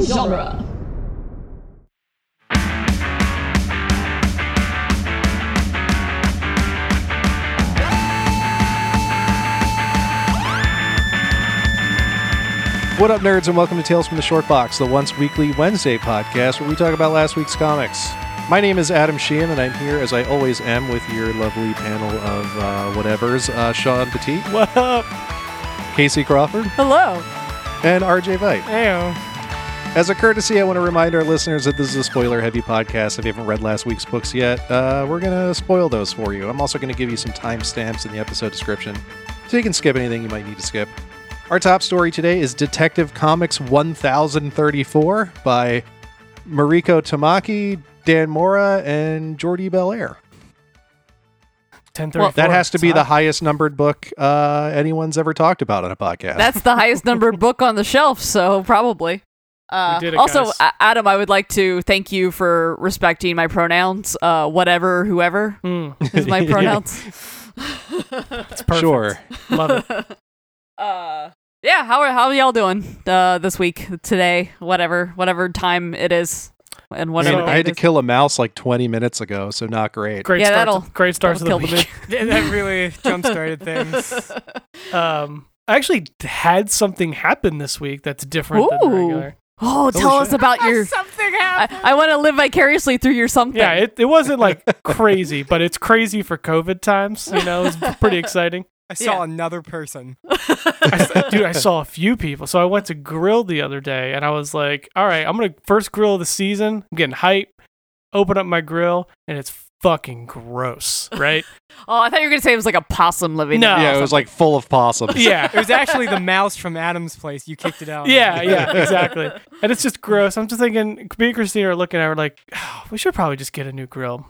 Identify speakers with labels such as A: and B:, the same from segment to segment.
A: genre.
B: What up, nerds, and welcome to Tales from the Short Box, the once weekly Wednesday podcast where we talk about last week's comics. My name is Adam Sheehan, and I'm here as I always am with your lovely panel of uh, whatevers uh, Sean Petit,
C: What up?
B: Casey Crawford,
C: Hello.
B: and RJ Vite.
C: Ayo.
B: As a courtesy, I want to remind our listeners that this is a spoiler heavy podcast. If you haven't read last week's books yet, uh, we're going to spoil those for you. I'm also going to give you some timestamps in the episode description so you can skip anything you might need to skip. Our top story today is Detective Comics 1034 by Mariko Tamaki, Dan Mora, and Jordi Belair.
C: Ten thirty.
D: Well,
B: That has to be the highest numbered book uh, anyone's ever talked about on a podcast.
D: That's the highest numbered book on the shelf, so probably. Uh,
C: We did it,
D: also,
C: guys.
D: A- Adam, I would like to thank you for respecting my pronouns. Uh, whatever, whoever Hmm, is my pronouns.
C: It's perfect.
B: Sure.
C: Love it.
D: uh, yeah, how are how are y'all doing uh, this week, today, whatever, whatever time it is, and
B: I,
D: whatever
B: mean,
C: So-
B: I had to
D: kill.
B: kill a mouse like 20 minutes ago, so not great.
C: Great
D: Yeah,
C: start.
D: that'll-
C: to, great start to the
D: that'll kill the
C: week.
E: Yeah, that really jump started things.
C: um, I actually had something happen this week that's different than
D: Ooh.
C: regular.
D: Oh, tell us
B: shit.
D: about your.
E: Something
D: I,
E: happened.
D: I want to live vicariously through your something.
C: Yeah, it, it wasn't like crazy, but it's crazy for COVID times. You know, it was pretty exciting.
E: I saw another person.
C: I s- dude, I saw a few people. So I went to grill the other day and I was like, all right, I'm going to first grill of the season. I'm getting hype. Open up my grill and it's fucking gross, right?
D: oh, I thought you were gonna say it was like a possum living.
C: No.
D: in
B: yeah, it was like full of possums.
C: yeah.
E: It was actually the mouse from Adam's place. You kicked it
D: Um,
E: out.
C: Yeah, yeah, exactly. And it's just gross. I'm just thinking, me and Christina are looking at her like, "Oh, we should probably just get a new grill.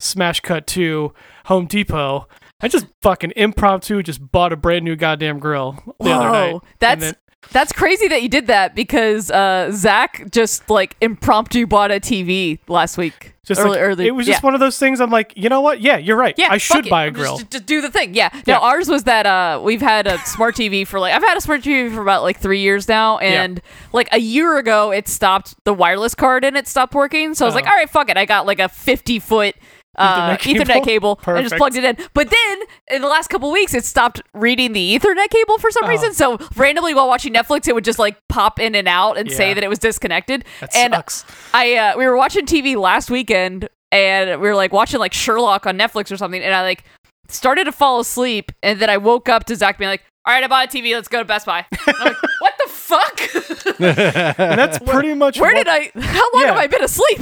C: Smash cut to Home Depot. I just fucking impromptu just bought a brand new goddamn grill the other night.
D: Whoa,
C: And
D: that's
C: then-
D: that's crazy that you did that because uh, Zach just like impromptu bought a TV last week.
C: just
D: early,
C: like-
D: early,
C: It was just
D: yeah.
C: one of those things. I'm like, you know what? Yeah, you're right.
D: Yeah,
C: I
D: fuck
C: should
D: it.
C: buy a
D: Just-
C: grill.
D: Just, do the thing. Yeah. No,
C: Yeah.
D: ours was that uh, we've had a smart TV for like I've had a smart TV for about like three years now, and like a year ago it stopped the wireless card and it stopped working. So I was like,
C: Uh-huh.
D: all right, fuck it. I got like a fifty foot. Uh,
C: Ethernet cable?
D: Ethernet cable. I just
C: Perfect.
D: plugged it in, but then in the last couple weeks, it stopped reading the Ethernet cable for some
C: Oh.
D: reason. So randomly while watching Netflix, it would just like pop in and out and say
C: Yeah.
D: that it was disconnected.
C: That
D: and
C: sucks.
D: I uh, we were watching TV last weekend, and we were like watching like Sherlock on Netflix or something, and I like started to fall asleep, and then I woke up to Zach being like, "All right, I bought a TV. Let's go to Best Buy." And I'm like, what the fuck?
C: And that's pretty much
D: Where
C: what-
D: did I? How long
C: Yeah.
D: have I been asleep?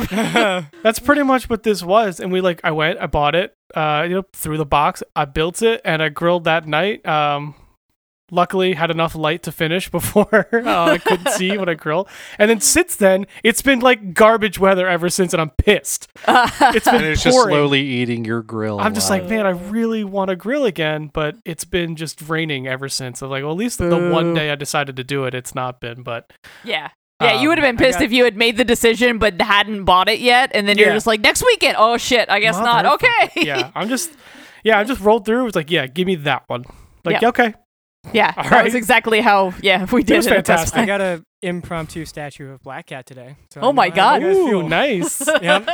C: That's pretty much what this was. And we like, I went, I bought it, uh, you know, through the box. I built it and I grilled that night. Um, luckily had enough light to finish before
D: Oh.
C: uh, I couldn't see when I grilled. And then since then, it's been like garbage weather ever since, and I'm pissed. it's been
B: and it's just
C: pouring.
B: slowly eating your grill.
C: I'm just
B: alive.
C: like, man, I really want to grill again, but it's been just raining ever since. I'm like, well, at least the one day I decided to do it, it's not been. But
D: yeah. Yeah, you would have
C: Um,
D: been
E: I
D: pissed
E: got-
D: if you had made the decision but hadn't bought it yet, and then you're
C: Yeah.
D: just like, next weekend. Oh shit, I guess not.
C: Motherfucker.
D: Okay.
C: yeah, I'm just, yeah, I just rolled through. It was like, yeah, give me that one. Like,
D: Yeah.
C: okay,
D: yeah.
C: All
D: That
C: right.
D: was exactly how. Yeah, we did
C: was
D: it at Best
C: fantastic.
E: I
D: Buy.
E: got a impromptu statue of Black Cat today. so
D: Oh
E: I know
D: my
E: how
D: God.
E: you guys
C: Ooh,
E: feel.
C: nice.
E: Yep.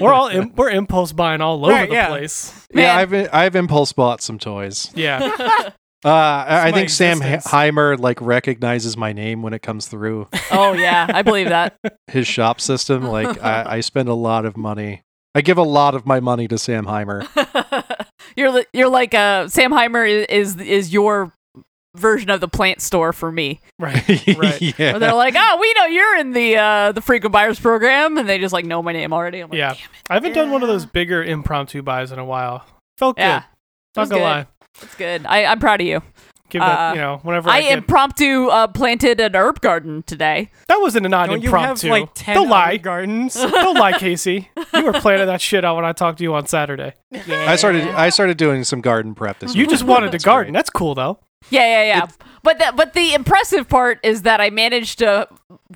C: we're all Im- we're impulse buying all over
E: Right,
C: the
E: yeah.
C: place.
D: Man.
B: Yeah, I've I've impulse bought some toys.
C: Yeah,
B: Uh, I, I
E: my
B: think Sam He-
E: existence.
B: Heimer like recognizes my name when it comes through
D: Oh yeah, I believe that.
B: his shop system. Like I, I spend a lot of money. I give a lot of my money to Sam Heimer.
D: you're li- you're like uh Sam Heimer i- is is your version of the plant store for me.
C: right. Right.
B: yeah.
D: Where they're like, "Oh, we know you're in the uh the frequent buyers program," and they just like know my name already. I'm like,
C: Yeah,
D: "Damn,
C: I haven't done one of those
D: Yeah.
C: bigger impromptu buys in a while. Felt good.
D: Yeah.
C: Not
D: was
C: gonna
D: good.
C: lie.
D: it's good. I, I'm proud of you.
C: Give that
D: Uh,
C: you know whenever I,
D: I
C: get,
D: impromptu uh, planted an herb garden today.
C: that wasn't an odd
E: Don't you have
C: impromptu.
E: like 10
C: Don't lie.
E: Olive gardens?
C: Don't lie, Casey. You were planning that shit out when I talked to you on Saturday.
B: I started I started doing some garden prep this
C: You
B: week.
C: just wanted to
B: That's
C: garden.
B: great.
C: That's cool though.
D: Yeah, yeah, yeah. but the, but the impressive part is that I managed to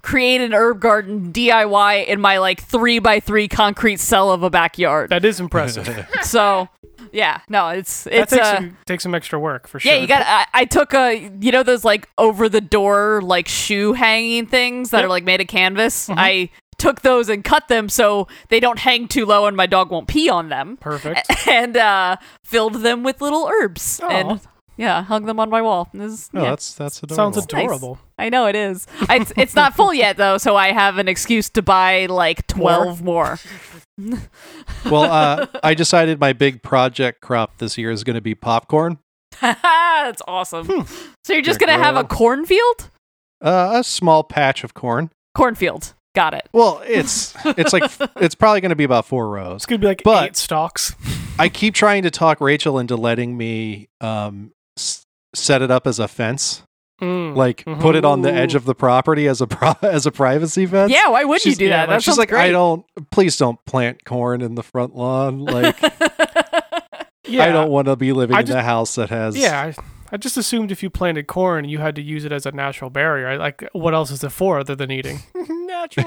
D: create an herb garden DIY in my like three by three concrete cell of a backyard.
C: That is impressive.
D: so Yeah, no, it's
C: That
D: it's
C: takes
D: uh,
C: some, takes some extra work for sure.
D: yeah. You got. I, I took a you know those like over the door like shoe hanging things that
C: Yep. Mm-hmm.
D: are like made of canvas. I took those and cut them so they don't hang too low and my dog won't pee on them.
C: perfect.
D: And uh, filled them with little herbs
C: Aw.
D: and yeah, hung them on my wall. It was-
B: Oh,
D: yeah.
B: that's that's adorable.
C: Sounds
D: Nice.
C: adorable.
D: I know it is. I, it's, it's not full yet though, so I have an excuse to buy like twelve more.
B: well, uh, I decided my big project crop this year is going to be popcorn.
D: that's awesome.
B: Hmm.
D: So you're just
B: Good
D: gonna have a
B: girl.
D: cornfield?
B: Uh, a small patch of corn.
D: Cornfield. Got it.
B: Well, it's it's like it's probably going to be about four rows.
C: It's gonna be like
B: But-
C: eight stocks.
B: I keep trying to talk Rachel into letting me um, s- set it up as a fence,
C: Mm.
B: like
C: Mhm.
B: put it on the
D: Ooh.
B: edge of the property as a pro- as a privacy fence.
D: Yeah, why would you
B: She's-
D: do
C: yeah,
D: that? That
B: she's
D: sounds
B: like, I
D: great.
B: don't. Please don't plant corn in the front lawn. Like,
C: yeah,
B: I don't want to be living
C: I
B: in a house that has.
C: Yeah, I, I just assumed if you planted corn, you had to use it as a natural barrier. I- Like, what else is it for other than eating?
E: Natural.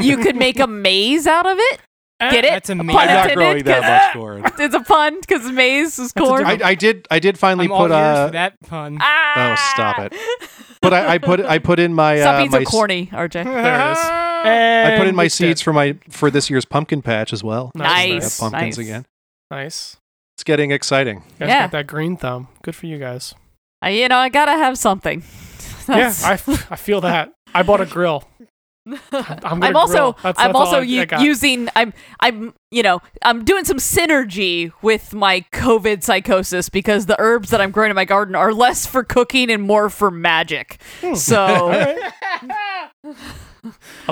D: you could make a maze out of it. Get it?
E: That's a
D: Pun
E: maze.
B: I'm not
D: intended,
B: growing that
D: 'cause-
B: much corn.
D: It's a pun because maze is
C: a
D: corn.
B: I, I did. I did finally
E: I'm all
B: put
E: ears for
B: uh,
E: that pun.
D: Ah!
B: Oh, stop it. but I, I put I put in my
D: Stop
B: uh,
D: being
B: my
D: so
B: s-
D: corny, RJ.
C: There it is.
B: I put in
C: And
B: my
C: it's
B: seeds
C: dead.
B: for my for this year's pumpkin patch as well.
C: Nice,
B: I have
C: nice,
B: pumpkins
D: nice.
B: again.
C: Nice.
B: It's getting exciting.
C: You guys
D: Yeah.
C: got that green thumb. Good for you guys.
D: I, you know, I gotta have something.
C: Yeah,
D: That's-
C: I, I feel that. I bought a grill. I'm, gonna
D: I'm also
C: grill. That's-
D: I'm
C: that's all
D: also
C: I-
D: u-
C: I got.
D: using I'm I'm you know I'm doing some synergy with my COVID psychosis because the herbs that I'm growing in my garden are less for cooking and more for magic.
C: Hmm.
D: So
C: I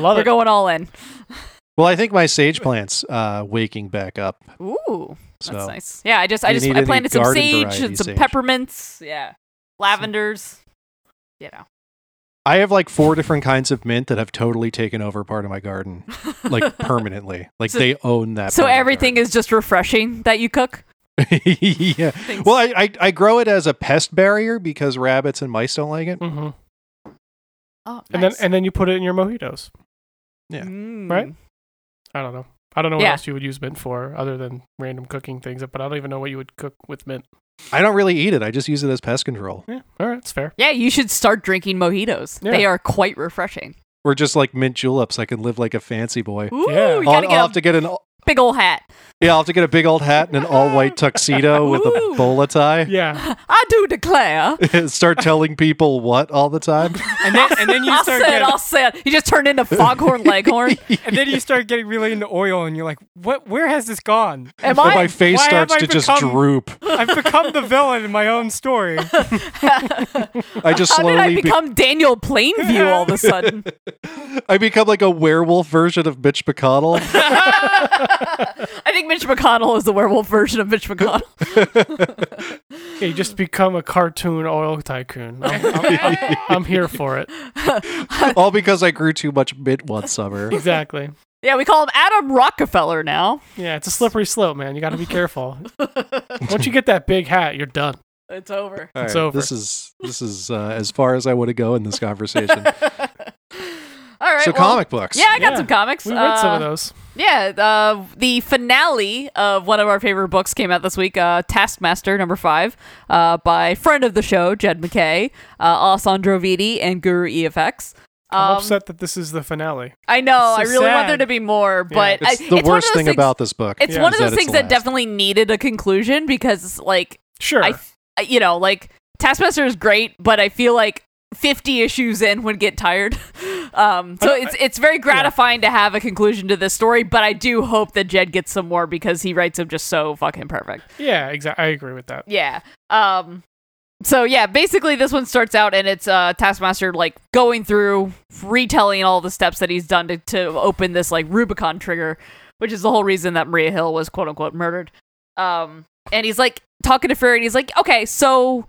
C: love
D: we're
C: it.
D: going all in.
B: Well, I think my sage plant's uh, waking back up.
D: Ooh,
B: So
D: that's nice. Yeah, I just I
B: you
D: just
B: need
D: I
B: any
D: planted some
B: garden
D: sage
B: variety
D: and some
B: sage?
D: peppermints. Yeah, lavenders. You know,
B: I have like four different kinds of mint that have totally taken over part of my garden, like permanently. Like
D: So-
B: they own that.
D: so everything is just refreshing that you cook.
B: is. yeah. Well, I, I I grow it as a pest barrier because rabbits and mice don't like it.
C: hmm
D: oh,
C: And
D: nice.
C: then and then you put it in your mojitos.
B: yeah,
D: Mm.
C: right? I don't know. I don't know what
D: Yeah.
C: else you would use mint for other than random cooking things, but I don't even know what you would cook with mint.
B: I don't really eat it. I just use it as pest control.
C: Yeah, all right, it's fair.
D: Yeah, you should start drinking mojitos.
C: Yeah.
D: They are quite refreshing.
B: Or just like mint juleps. I can live like a fancy boy.
D: Ooh,
C: Yeah.
D: you
B: I'll,
D: gotta
B: I'll
D: get
B: have
D: a
B: to get an
D: big old hat.
B: yeah. I'll have to get a big old hat and an all white tuxedo with a
D: Ooh.
B: bowler tie.
C: Yeah,
D: I do declare.
B: Start telling people what all the time.
E: And then, and then you
D: I'll say
E: start
D: it,
E: getting,
D: I'll say it. You just turned into Foghorn Leghorn.
E: and then you start getting really into oil, and you're like, what? Where has this gone?
D: Am
B: And
D: I?
B: my face
E: why have
B: starts
E: I
B: to just
E: become-
B: droop.
E: I've become the villain in my own story.
B: I just
D: How
B: slowly
D: did I
B: be-
D: become Daniel Plainview all of a sudden?
B: I become like a werewolf version of Mitch McConnell.
D: I think Mitch McConnell is the werewolf version of Mitch McConnell.
C: Yeah, you just become a cartoon oil tycoon. I'm, I'm- I'm- I'm here for it.
B: all because I grew too much mint one summer.
C: Exactly.
D: Yeah, we call him Adam Rockefeller now.
C: Yeah, it's a slippery slope, man. You got to be careful. Once you get that big hat, you're done.
D: It's over.
B: All
C: It's
B: right,
C: over.
B: This is this is uh, as far as I want to go in this conversation.
D: All right. well,
B: so comic books.
D: Yeah, I got
C: Yeah.
D: some comics.
C: We read some
D: Uh,
C: of those.
D: Yeah, uh, the finale of one of our favorite books came out this week, uh, Taskmaster number five, uh, by friend of the show Jed McKay, uh, Alessandro Vitti, and Guru EFX.
C: I'm
D: Um,
C: upset that this is the finale.
D: I know.
E: So
D: I really want there
E: sad.
D: to be more,
C: Yeah.
D: but
B: It's
D: I,
B: the
D: it's one of
B: worst
D: those
B: thing
D: things,
B: about this book.
D: It's
C: Yeah.
D: one of
B: is
D: those
B: that it's
D: things that
B: last.
D: definitely needed a conclusion because, like,
C: Sure.
D: I, I, you know, like Taskmaster is great, but I feel like 50 issues in would get tired. Um, so it's it's very gratifying to have a conclusion to this story, but I do hope that Jed gets some more because he writes them just so fucking perfect.
C: yeah, exactly. I agree with that.
D: Yeah. Um so yeah, basically this one starts out and it's uh Taskmaster like going through retelling all the steps that he's done to, to open this like Rubicon trigger, which is the whole reason that Maria Hill was quote unquote murdered. Um and he's like talking to Fury and he's like, "Okay, so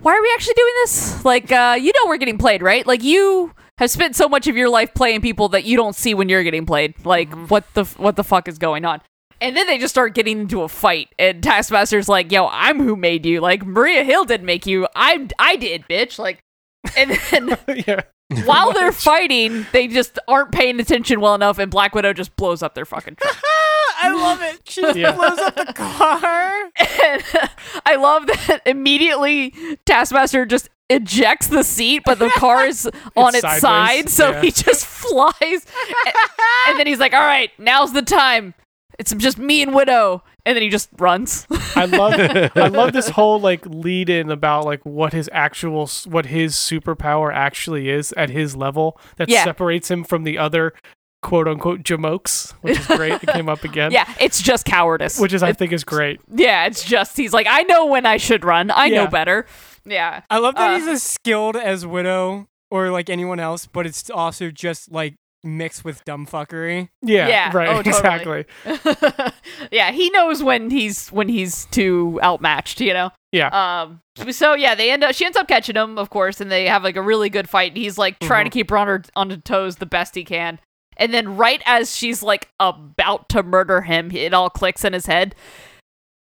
D: why are we actually doing this? Like uh you know we're getting played, right? Like you have spent so much of your life playing people that you don't see when you're getting played. Like what the f- what the fuck is going on?" And then they just start getting into a fight, and Taskmaster's like, "Yo, I'm who made you. Like Maria Hill didn't make you. I I did, bitch." Like, and then
C: yeah.
D: while they're fighting, they just aren't paying attention well enough, and Black Widow just blows up their fucking truck.
E: I love it. She just
C: Yeah.
E: blows up the car.
D: And I love that immediately Taskmaster just ejects the seat, but the car is on its,
C: sideways,
D: side, so
C: yeah.
D: he just flies. and, and then he's like, "All right, now's the time. It's just me and Widow." And then he just runs.
C: I love I love this whole like lead in about like what his actual s- what his superpower actually is at his level that
D: Yeah.
C: separates him from the other quote unquote jamokes, which is great. it came up again.
D: yeah, it's just cowardice.
C: Which is I think is great.
D: yeah, it's just he's like, "I know when I should run. I
C: Yeah.
D: know better." Yeah.
E: I love that
D: Uh,
E: he's as skilled as Widow or like anyone else, but it's also just like mixed with dumbfuckery.
C: Yeah.
D: Yeah.
C: Right.
D: Oh, totally.
C: Exactly.
D: yeah, he knows when he's when he's too outmatched, you know.
C: Yeah.
D: Um. So yeah, they end up. She ends up catching him, of course, and they have like a really good fight. He's like trying to keep her on her on her toes the best he can, and then right as she's like about to murder him, it all clicks in his head,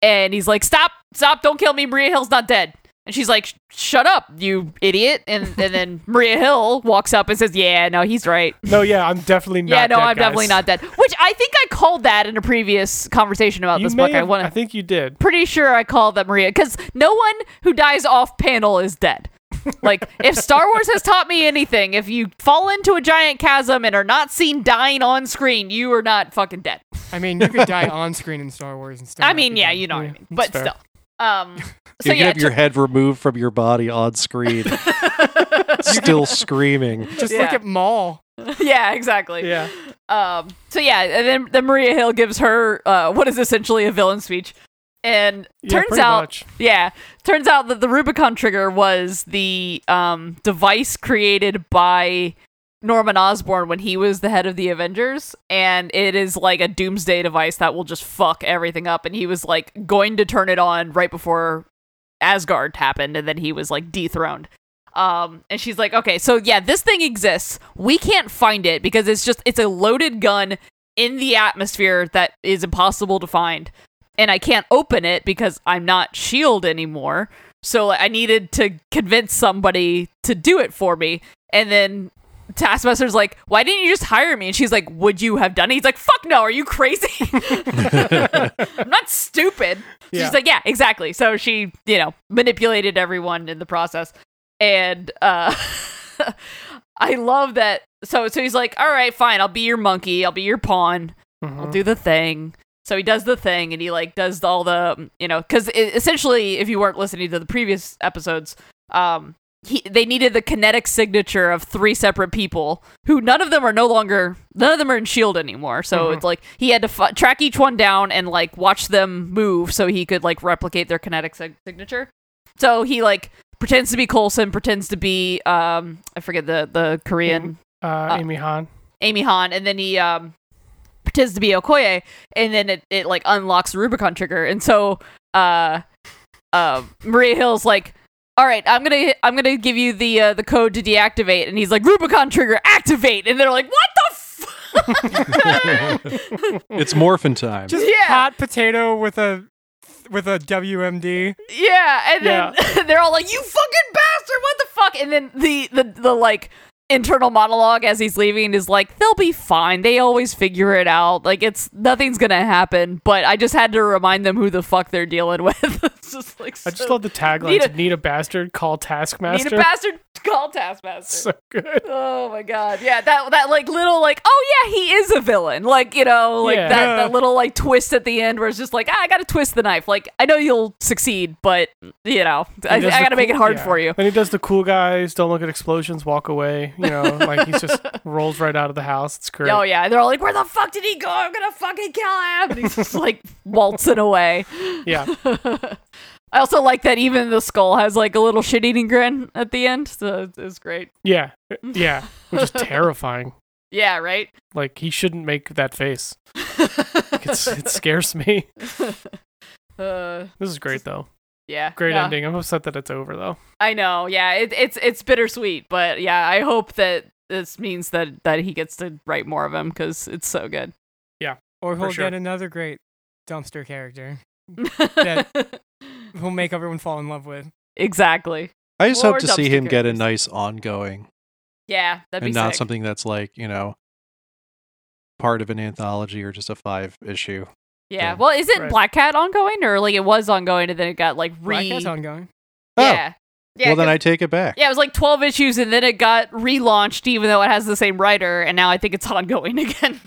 D: and he's like, "Stop! Stop! Don't kill me! Maria Hill's not dead." And she's like, "Shut up, you idiot!" And and then Maria Hill walks up and says, "Yeah, no, he's right."
C: no. Yeah. I'm definitely not.
D: yeah, no,
C: dead,
D: I'm definitely not
C: guys.
D: dead. Which I think I called that in a previous conversation about
C: You
D: this
C: may
D: book. I
C: have-
D: want
C: I think you did.
D: pretty sure I called that Maria because no one who dies off panel is dead. Like, if Star Wars has taught me anything, if you fall into a giant chasm and are not seen dying on screen, you are not fucking dead.
E: I mean, you could die on screen in Star Wars and stuff.
D: I mean, yeah, you know what I
C: Yeah,
D: mean.
C: that's
D: But
C: fair.
D: still. Um, so,
B: you can
D: yeah.
B: have your head removed from your body on screen, still screaming.
E: Just look
D: Yeah.
E: at Maul.
D: t- yeah, exactly.
C: Yeah.
D: Um, so, yeah, and then, then Maria Hill gives her uh, what is essentially a villain speech. And
C: Yeah,
D: turns
C: pretty
D: out
C: much.
D: Yeah. Turns out that the Rubicon trigger was the um, device created by Norman Osborn when he was the head of the Avengers. And it is like a doomsday device that will just fuck everything up. And he was like going to turn it on right before Asgard happened. And then he was like dethroned. Um, and she's like, okay, so yeah, this thing exists. We can't find it because it's just, it's a loaded gun in the atmosphere that is impossible to find and I can't open it because I'm not shield E anymore. So I needed to convince somebody to do it for me. And then Taskmaster's like, "Why didn't you just hire me?" And she's like, "Would you have done it?" He's like, "Fuck no, are you crazy? I'm not stupid."
C: Yeah.
D: She's like, "Yeah, exactly." So she, you know, manipulated everyone in the process. And uh I love that so so he's like, "All right, fine. I'll be your monkey. I'll be your pawn." I'll
C: Mhm.
D: do the thing. So he does the thing and he like does all the you know because essentially if you weren't listening to the previous episodes, um, he they needed the kinetic signature of three separate people who none of them are no longer none of them are in Shield E anymore. So it's like he had to f- track each one down and like watch them move so he could like replicate their kinetic sig- signature. So he like pretends to be Colson, pretends to be um I forget the the Korean
C: Uh, Amy Han.
D: Amy Han, and then he um pretends to be Okoye, and then it, it like unlocks the Rubicon trigger, and so uh, uh, Maria Hill's like, "All right, I'm gonna I'm gonna give you the uh, the code to deactivate," and he's like, "Rubicon trigger activate," and they're like, "What the." F-?
B: It's morphin time.
E: Just
D: Yeah.
E: hot potato with a with a WMD.
D: yeah, and then they're all like, "You fucking bastard! What the fuck?" And then the the the like internal monologue as he's leaving is like they'll be fine they always figure it out like it's nothing's gonna happen but i just had to remind them who the fuck they're dealing with it's just like
C: I just
D: so-
C: love the tagline. Need
D: Need
C: a,
D: a-
C: bastard. Call Taskmaster.
D: need a bastard call taskmaster
C: so good.
D: oh my god yeah that that like little like oh yeah he is a villain like you know like
C: Yeah.
D: that, that little like twist at the end where it's just like ah, i gotta twist the knife like i know you'll succeed but you know i, I
C: He does the
D: gotta make it
C: cool-
D: hard
C: yeah.
D: for you
C: And he does the cool guys, don't look at explosions, walk away. You know, like he just rolls right out of the house. It's great.
D: Oh yeah, and they're all like, "Where the fuck did he go? I'm gonna fucking kill him!" And he's just like waltzing away.
C: yeah.
D: I also like that even the skull has like a little shit-eating grin at the end, so it's- it's great.
C: Yeah. Yeah. Which is terrifying.
D: Yeah, right.
C: Like he shouldn't make that face. Like, it's, it scares me.
D: Uh,
C: This is great though.
D: yeah,
C: Great
D: Yeah.
C: ending. I'm upset that it's over though.
D: I know. Yeah, it, it's it's bittersweet, but yeah, I hope that this means that that he gets to write more of him because it's so good.
E: Or
C: For
E: he'll
C: sure.
E: get another great dumpster character that he'll make everyone fall in love with.
D: exactly.
B: I just
D: Or
B: hope to see
D: dumpster
B: him get a
D: characters.
B: nice ongoing
D: Yeah, that'd
B: and
D: be
B: not
D: sick.
B: something that's like, you know, part of an anthology or just a five issue.
D: Yeah.
B: Yeah.
D: Well, isn't
C: Right.
D: Black Cat ongoing or like it was ongoing and then it got like re?
E: Black Cat's ongoing.
D: Yeah. Yeah.
B: Oh, well, then
D: 'cause-
B: I take it back.
D: yeah, it was like 12 issues and then it got relaunched even though it has the same writer and now I think it's ongoing again.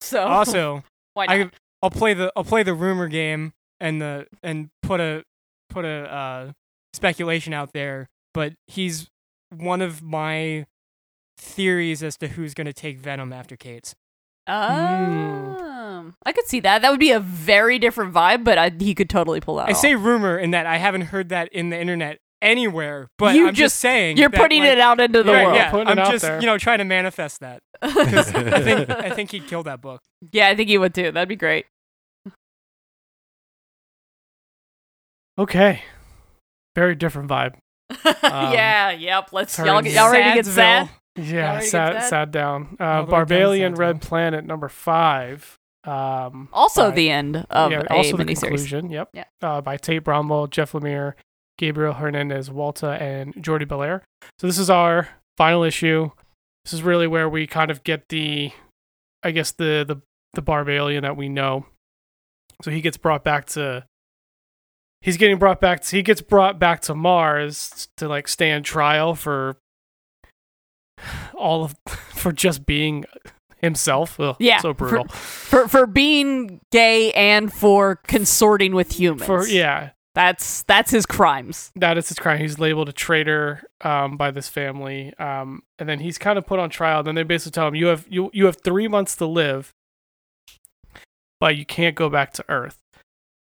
D: so
E: Also,
D: why not?
E: I I'll play the I'll play the rumor game and the and put a put a uh, speculation out there, but he's one of my theories as to who's going to take Venom after Kate's.
D: Um, I could see that. That would be a very different vibe, but I, he could totally pull that.
E: I
D: off.
E: say rumor in that I haven't heard that in the internet anywhere, but
D: You
E: I'm just,
D: just-
E: saying
D: you're
E: that,
D: putting
E: like-
D: it out into the
E: Right,
D: world.
E: Yeah,
C: Putting it
E: I'm
C: out
E: just
C: there.
E: you know trying to manifest that. I think I think he'd kill that book.
D: yeah, I think he would too. That'd be great.
C: Okay. Very different vibe. Um,
D: yeah, yep. Let's y'all,
C: turns-
D: get, y'all ready to get
E: Sadsville.
D: sad.
C: Yeah,
D: Already
C: sat
D: gets that?
C: sat down. Uh,
E: All the way down to
C: Barbalian
E: Sadsville.
C: Red Planet number five. Um,
D: Also,
C: by-
D: the end of
C: yeah,
D: a
C: also the
D: miniseries.
C: conclusion. Yep.
D: Yeah.
C: Uh, by Tate Bromwell, Jeff Lemire, Gabriel Hernandez, Walta, and Jordi Belair. So this is our final issue. This is really where we kind of get the, I guess the the the Barbalian that we know. So he gets brought back to. He's getting brought back. To, he gets brought back to Mars to like stand trial for all of for just being himself. Ugh,
D: Yeah,
C: so
D: for-
C: brutal.
D: For for being gay and for consorting with humans.
C: for yeah,
D: that's that's his crimes.
C: that is his crime. He's labeled a traitor um, by this family, um, and then he's kind of put on trial. Then they basically tell him you have you you have three months to live, but you can't go back to Earth.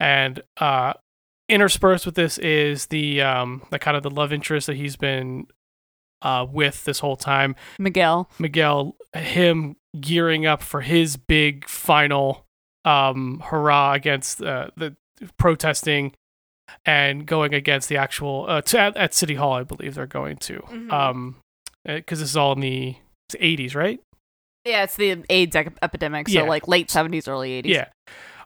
C: And uh, interspersed with this is the um, the kind of the love interest that he's been uh, with this whole time,
D: Miguel.
C: Miguel. Him gearing up for his big final um, hurrah against uh, the protesting and going against the actual uh, to, at, at City Hall, I believe they're going to.
D: Mhm.
C: Um, because this is all in the it's 80s, right?
D: Yeah, it's the AIDS ec- epidemic, so
C: Yeah.
D: like late seventies, early eighties.
C: Yeah.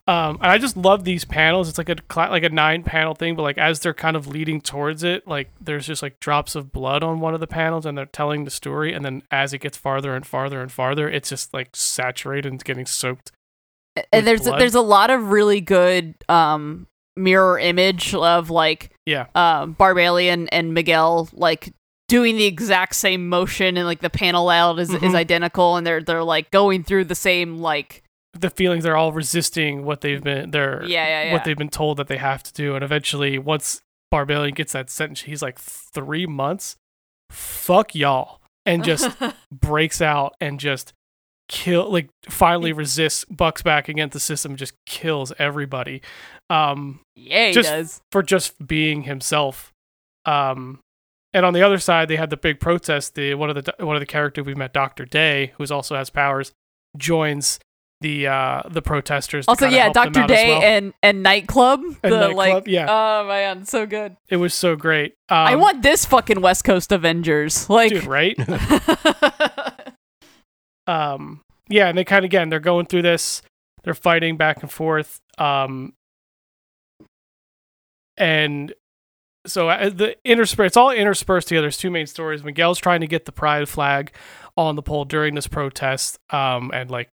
C: Um, and I just love these panels. It's like a cla like a nine panel thing, but like as they're kind of leading towards it, like there's just like drops of blood on one of the panels, and they're telling the story. And then as it gets farther and farther and farther, it's just like saturated and getting soaked. with
D: and there's
C: blood.
D: there's a lot of really good um mirror image of like
C: Yeah.
D: um Barbalian and Miguel like doing the exact same motion and like the panel layout is,
C: Mhm.
D: is identical and they're they're like going through the same like
C: The feelings they're all resisting what they've been they're
D: yeah yeah yeah
C: what they've been told that they have to do. And eventually, once Barbalian gets that sentence, he's like, three months? Fuck y'all. And just breaks out and just kill like finally resists bucks back against the system just kills everybody um
D: yeah he
C: just-
D: does
C: for just being himself um and on the other side they had the big protest the one of the one of the character we met dr day who's also has powers joins the uh the protesters to
D: also
C: kinda
D: yeah
C: help them
D: Dr.
C: out as
D: Day
C: well.
D: and and nightclub the
C: Nightclub,
D: like
C: yeah.
D: oh man so good
C: it was so great um,
D: I want this fucking West Coast Avengers like
C: dude right um yeah and they kind of again they're going through this they're fighting back and forth um and so uh, the intersperse it's all interspersed together there's two main stories miguel's trying to get the pride flag on the pole during this protest um and like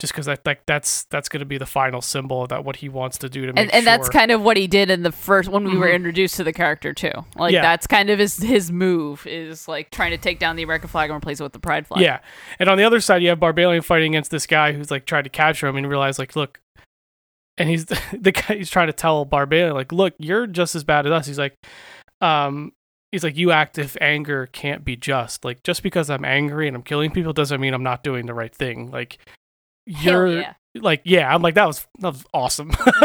C: just because that like that's that's going to be the final symbol of that what he wants to do to make
D: and, and that's
C: sure-
D: kind of what he did in the first when we were
C: Mhm.
D: introduced to the character too. Like
C: Yeah.
D: that's kind of his his move is like trying to take down the American flag and replace it with the pride flag.
C: Yeah. And on the other side, you have Barbalian fighting against this guy who's like trying to capture him and realize, like, look, and he's the guy he's trying to tell Barbalian, like, look, you're just as bad as us. He's like, um, he's like, you act if anger can't be just. Like, just because I'm angry and I'm killing people doesn't mean I'm not doing the right thing. Like,
D: Hell
C: you're
D: yeah.
C: like, yeah, I'm like, that was that was awesome.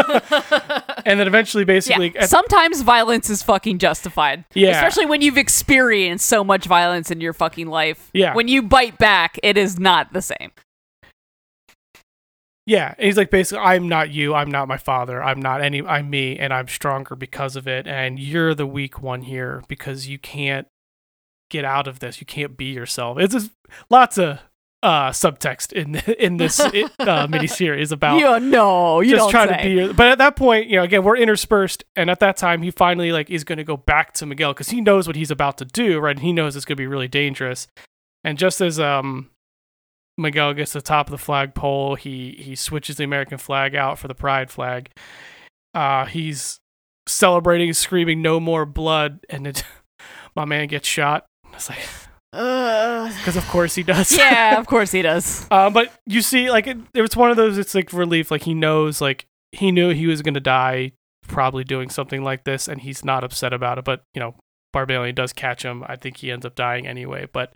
C: and then eventually,
D: Yeah.
C: basically, at-
D: Sometimes violence is fucking justified.
C: Yeah.
D: Especially when you've experienced so much violence in your fucking life.
C: Yeah.
D: When you bite back, it is not the same.
C: Yeah, and he's like basically, I'm not you, I'm not my father, I'm not any, I'm me, and I'm stronger because of it. And you're the weak one here because you can't get out of this. You can't be yourself. It's just lots of uh, subtext in in this i- uh, miniseries about
D: you no, Oh, you
C: just
D: don't
C: trying
D: say.
C: to be. Your, but at that point, you know, again, we're interspersed, and at that time, he finally like is going to go back to Miguel because he knows what he's about to do, right? And he knows it's going to be really dangerous. And just as um, Miguel gets to the top of the flagpole. He he switches the American flag out for the pride flag. Uh, he's celebrating, screaming "No more blood!" and it, my man gets shot. I was like,
D: Uh,
C: because of course he does.
D: yeah, of course he does.
C: Uh, but you see, like it, it was one of those. It's like relief. Like he knows, like he knew he was gonna die, probably doing something like this, and he's not upset about it. But you know, Barbalian does catch him. I think he ends up dying anyway. But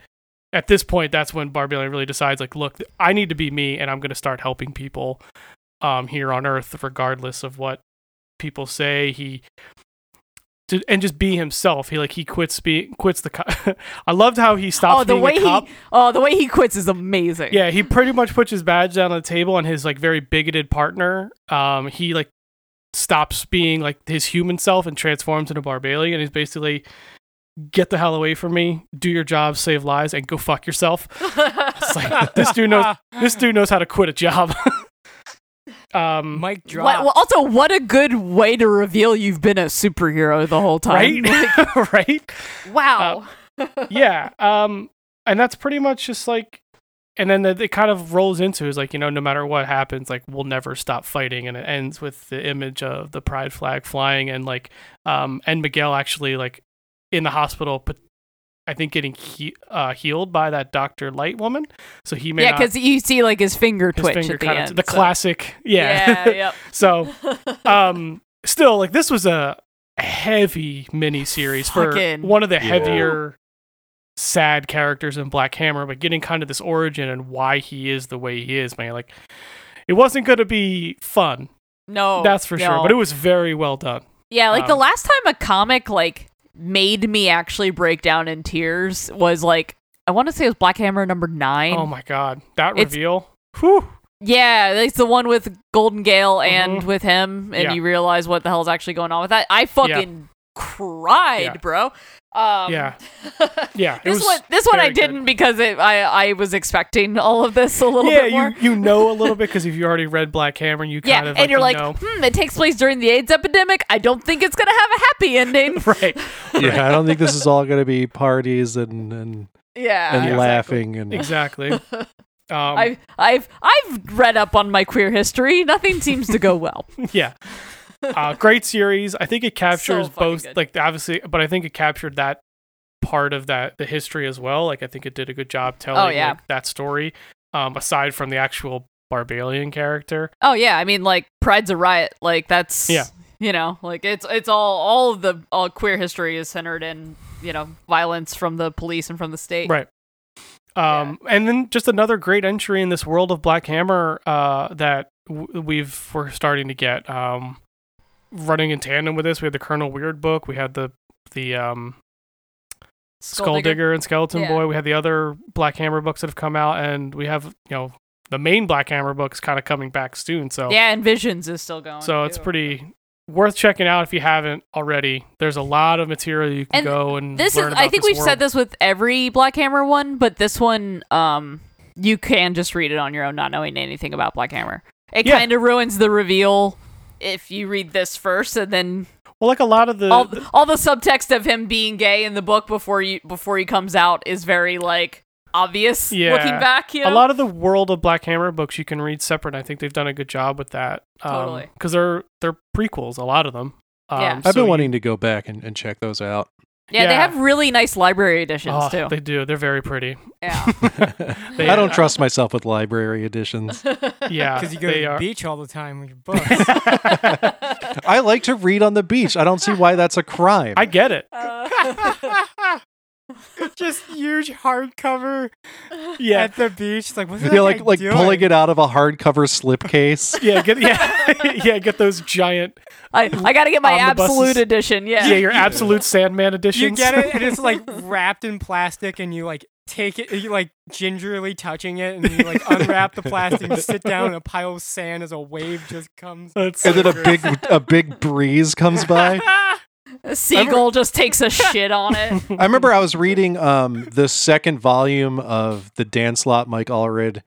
C: at this point, that's when Barbalian really decides, like, look, I need to be me, and I'm gonna start helping people um, here on Earth, regardless of what people say. He. To, and just be himself. He like he quits be quits the. Co- I loved how he stopped
D: Oh, the
C: being
D: way
C: a cop.
D: he oh the way he quits is amazing.
C: Yeah, he pretty much puts his badge down on the table and his like very bigoted partner, um, he like stops being like his human self and transforms into Barbalian and he's basically get the hell away from me, do your job, save lives, and go fuck yourself. It's like this dude knows this dude knows how to quit a job. um
E: Mike drop.
D: What, well, also, what a good way to reveal you've been a superhero the whole time.
C: right? Uh, right?
D: Wow.
C: yeah. Um, and that's pretty much just like, and then the, it kind of rolls into is like, you know, no matter what happens, like we'll never stop fighting. And it ends with the image of the pride flag flying and like, um, and Miguel actually like in the hospital, but I think getting he- uh, healed by that Dr. Light woman. So he may
D: yeah,
C: not-
D: because you see like his finger
C: his
D: twitch
C: finger
D: at the
C: kinda-
D: end.
C: the
D: so-
C: classic.
D: Yeah. yep.
C: So, um, still, like this was a heavy mini series for
D: Fucking-
C: one of the
B: Yeah.
C: heavier, sad characters in Black Hammer. But getting kind of this origin and why he is the way he is, man, like it wasn't going to be fun.
D: No,
C: that's for sure.
D: Oh, no.
C: But it was very well done.
D: yeah, like the
C: um,
D: last time a comic like made me actually break down in tears was like I want to say it was Black Hammer number nine.
C: oh my god, that
D: It's-
C: reveal! Whew.
D: Yeah, it's the one with Golden Gale and
C: Mhm.
D: with him, and
C: Yeah.
D: you realize what the hell's actually going on with that. I fucking cried,
C: Yeah.
D: bro. Um,
C: Yeah. Yeah, it
D: This
C: was
D: one, this one I
C: very good.
D: didn't because it, I I was expecting all of this a little
C: yeah,
D: bit more.
C: you you know a little bit because if you already read Black Hammer, you
D: yeah,
C: kind of
D: and you're
C: you
D: like,
C: know.
D: hmm, it takes place during the AIDS epidemic. I don't think it's gonna have a happy ending.
C: right.
B: Yeah, I don't think this is all going to be parties and and,
D: yeah,
B: and
D: Ah, exactly.
B: laughing and
C: Exactly. Um,
D: I've I've I've read up on my queer history. Nothing seems to go well.
C: yeah uh, great series i think it captures
D: fucking
C: both
D: good.
C: like obviously but i think it captured that part of that the history as well like i think it did a good job telling
D: Oh, yeah.
C: like, that story um aside from the actual barbalian character
D: Oh yeah, I mean like Pride's a riot. Like that's
C: Yeah.
D: You know, like it's it's all all of the all queer history is centered in you know violence from the police and from the state.
C: right um and then just another great entry in this world of black hammer uh that w- we've we're starting to get um running in tandem with this we had the colonel weird book we had the the um Skull, Digger. and Skeleton
D: Yeah.
C: Boy. We had the other Black Hammer books that have come out, and we have you know the main Black Hammer books kind of coming back soon. So
D: Yeah, and Visions is still going.
C: so it's
D: too.
C: pretty worth checking out if you haven't already. There's a lot of material you can
D: And
C: go and
D: This is. I
C: learn about
D: think
C: this
D: we've said
C: world.
D: this with every Black Hammer one, but this one, um, you can just read it on your own, not knowing anything about Black Hammer. It
C: Yeah.
D: kind of ruins the reveal if you read this first, and then
C: well, like a lot of the,
D: all
C: the-
D: all the subtext of him being gay in the book before you before he comes out is very like obvious.
C: Yeah.
D: looking back, you know?
C: a lot of the world of Black Hammer books you can read separate. I think they've done a good job with that. Um,
D: Totally.
C: because they're they're prequels, a lot of them. Um,
D: Yeah.
B: I've
C: so
B: been
C: you-
B: wanting to go back and, and check those out.
D: yeah, they
C: yeah.
D: have really nice library editions
C: Oh,
D: too.
C: They do. They're very pretty.
D: yeah,
C: They-
B: I don't trust myself with library editions.
C: Yeah,
E: Because you go
C: they
E: to the
C: are.
E: beach all the time with your books.
B: I like to read on the beach. I don't see why that's a crime.
C: I get it.
E: Just huge hardcover
C: Yeah,
E: at the beach. Like, what's
B: you
E: that
B: know, like
E: guy
B: like
E: doing?
B: pulling it out of a hardcover slipcase.
C: yeah, get yeah, yeah, get those giant
D: I, I got to get my
C: Omnibuses.
D: absolute edition. Yeah,
C: yeah, your absolute Sandman editions.
E: You get it, and it's like wrapped in plastic, and you like take it, you like gingerly touching it, and you like unwrap the plastic, and sit down in a pile of sand as a wave just comes.
C: That's
B: and then a
C: so
B: big a big breeze comes by.
D: a seagull just takes a shit on it.
B: I remember I was reading um the second volume of the Dan Slot Mike Allred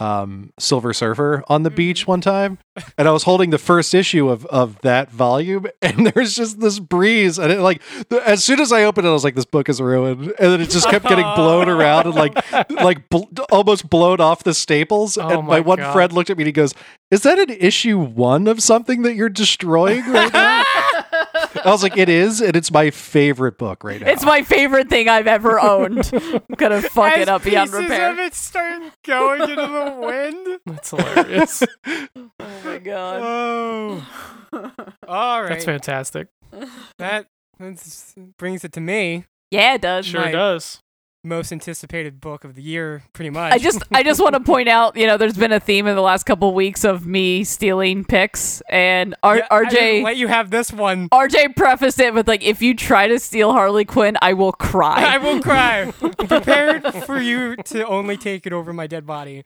B: um, Silver Surfer on the beach one time, and I was holding the first issue of of that volume, and there's just this breeze, and it like the, as soon as I opened it, I was like, this book is ruined, and then it just kept getting blown around and like like bl- almost blown off the staples.
C: Oh
B: and
C: my
B: my, one
C: God.
B: friend looked at me and he goes, "Is that an issue one of something that you're destroying right now?" I was like, "It is, and it's my favorite book right now."
D: It's my favorite thing I've ever owned. I'm gonna fuck it
E: As
D: up beyond
E: pieces of
D: repair.
E: it start going into the wind.
C: That's hilarious.
D: Oh my god.
E: Oh, all right.
C: That's fantastic.
E: That that's, brings it to me.
D: Yeah, it does.
C: Sure
E: Right.
C: does.
E: Most anticipated book of the year, pretty much.
D: I just I just want to point out, you know, there's been a theme in the last couple weeks of me stealing picks and R-
E: Yeah, I didn't
D: RJ
E: let you have this one.
D: RJ prefaced it with like if you try to steal Harley Quinn, Oh, I will
E: I
D: cry.
E: will cry. Prepared for you to only take it over my dead body.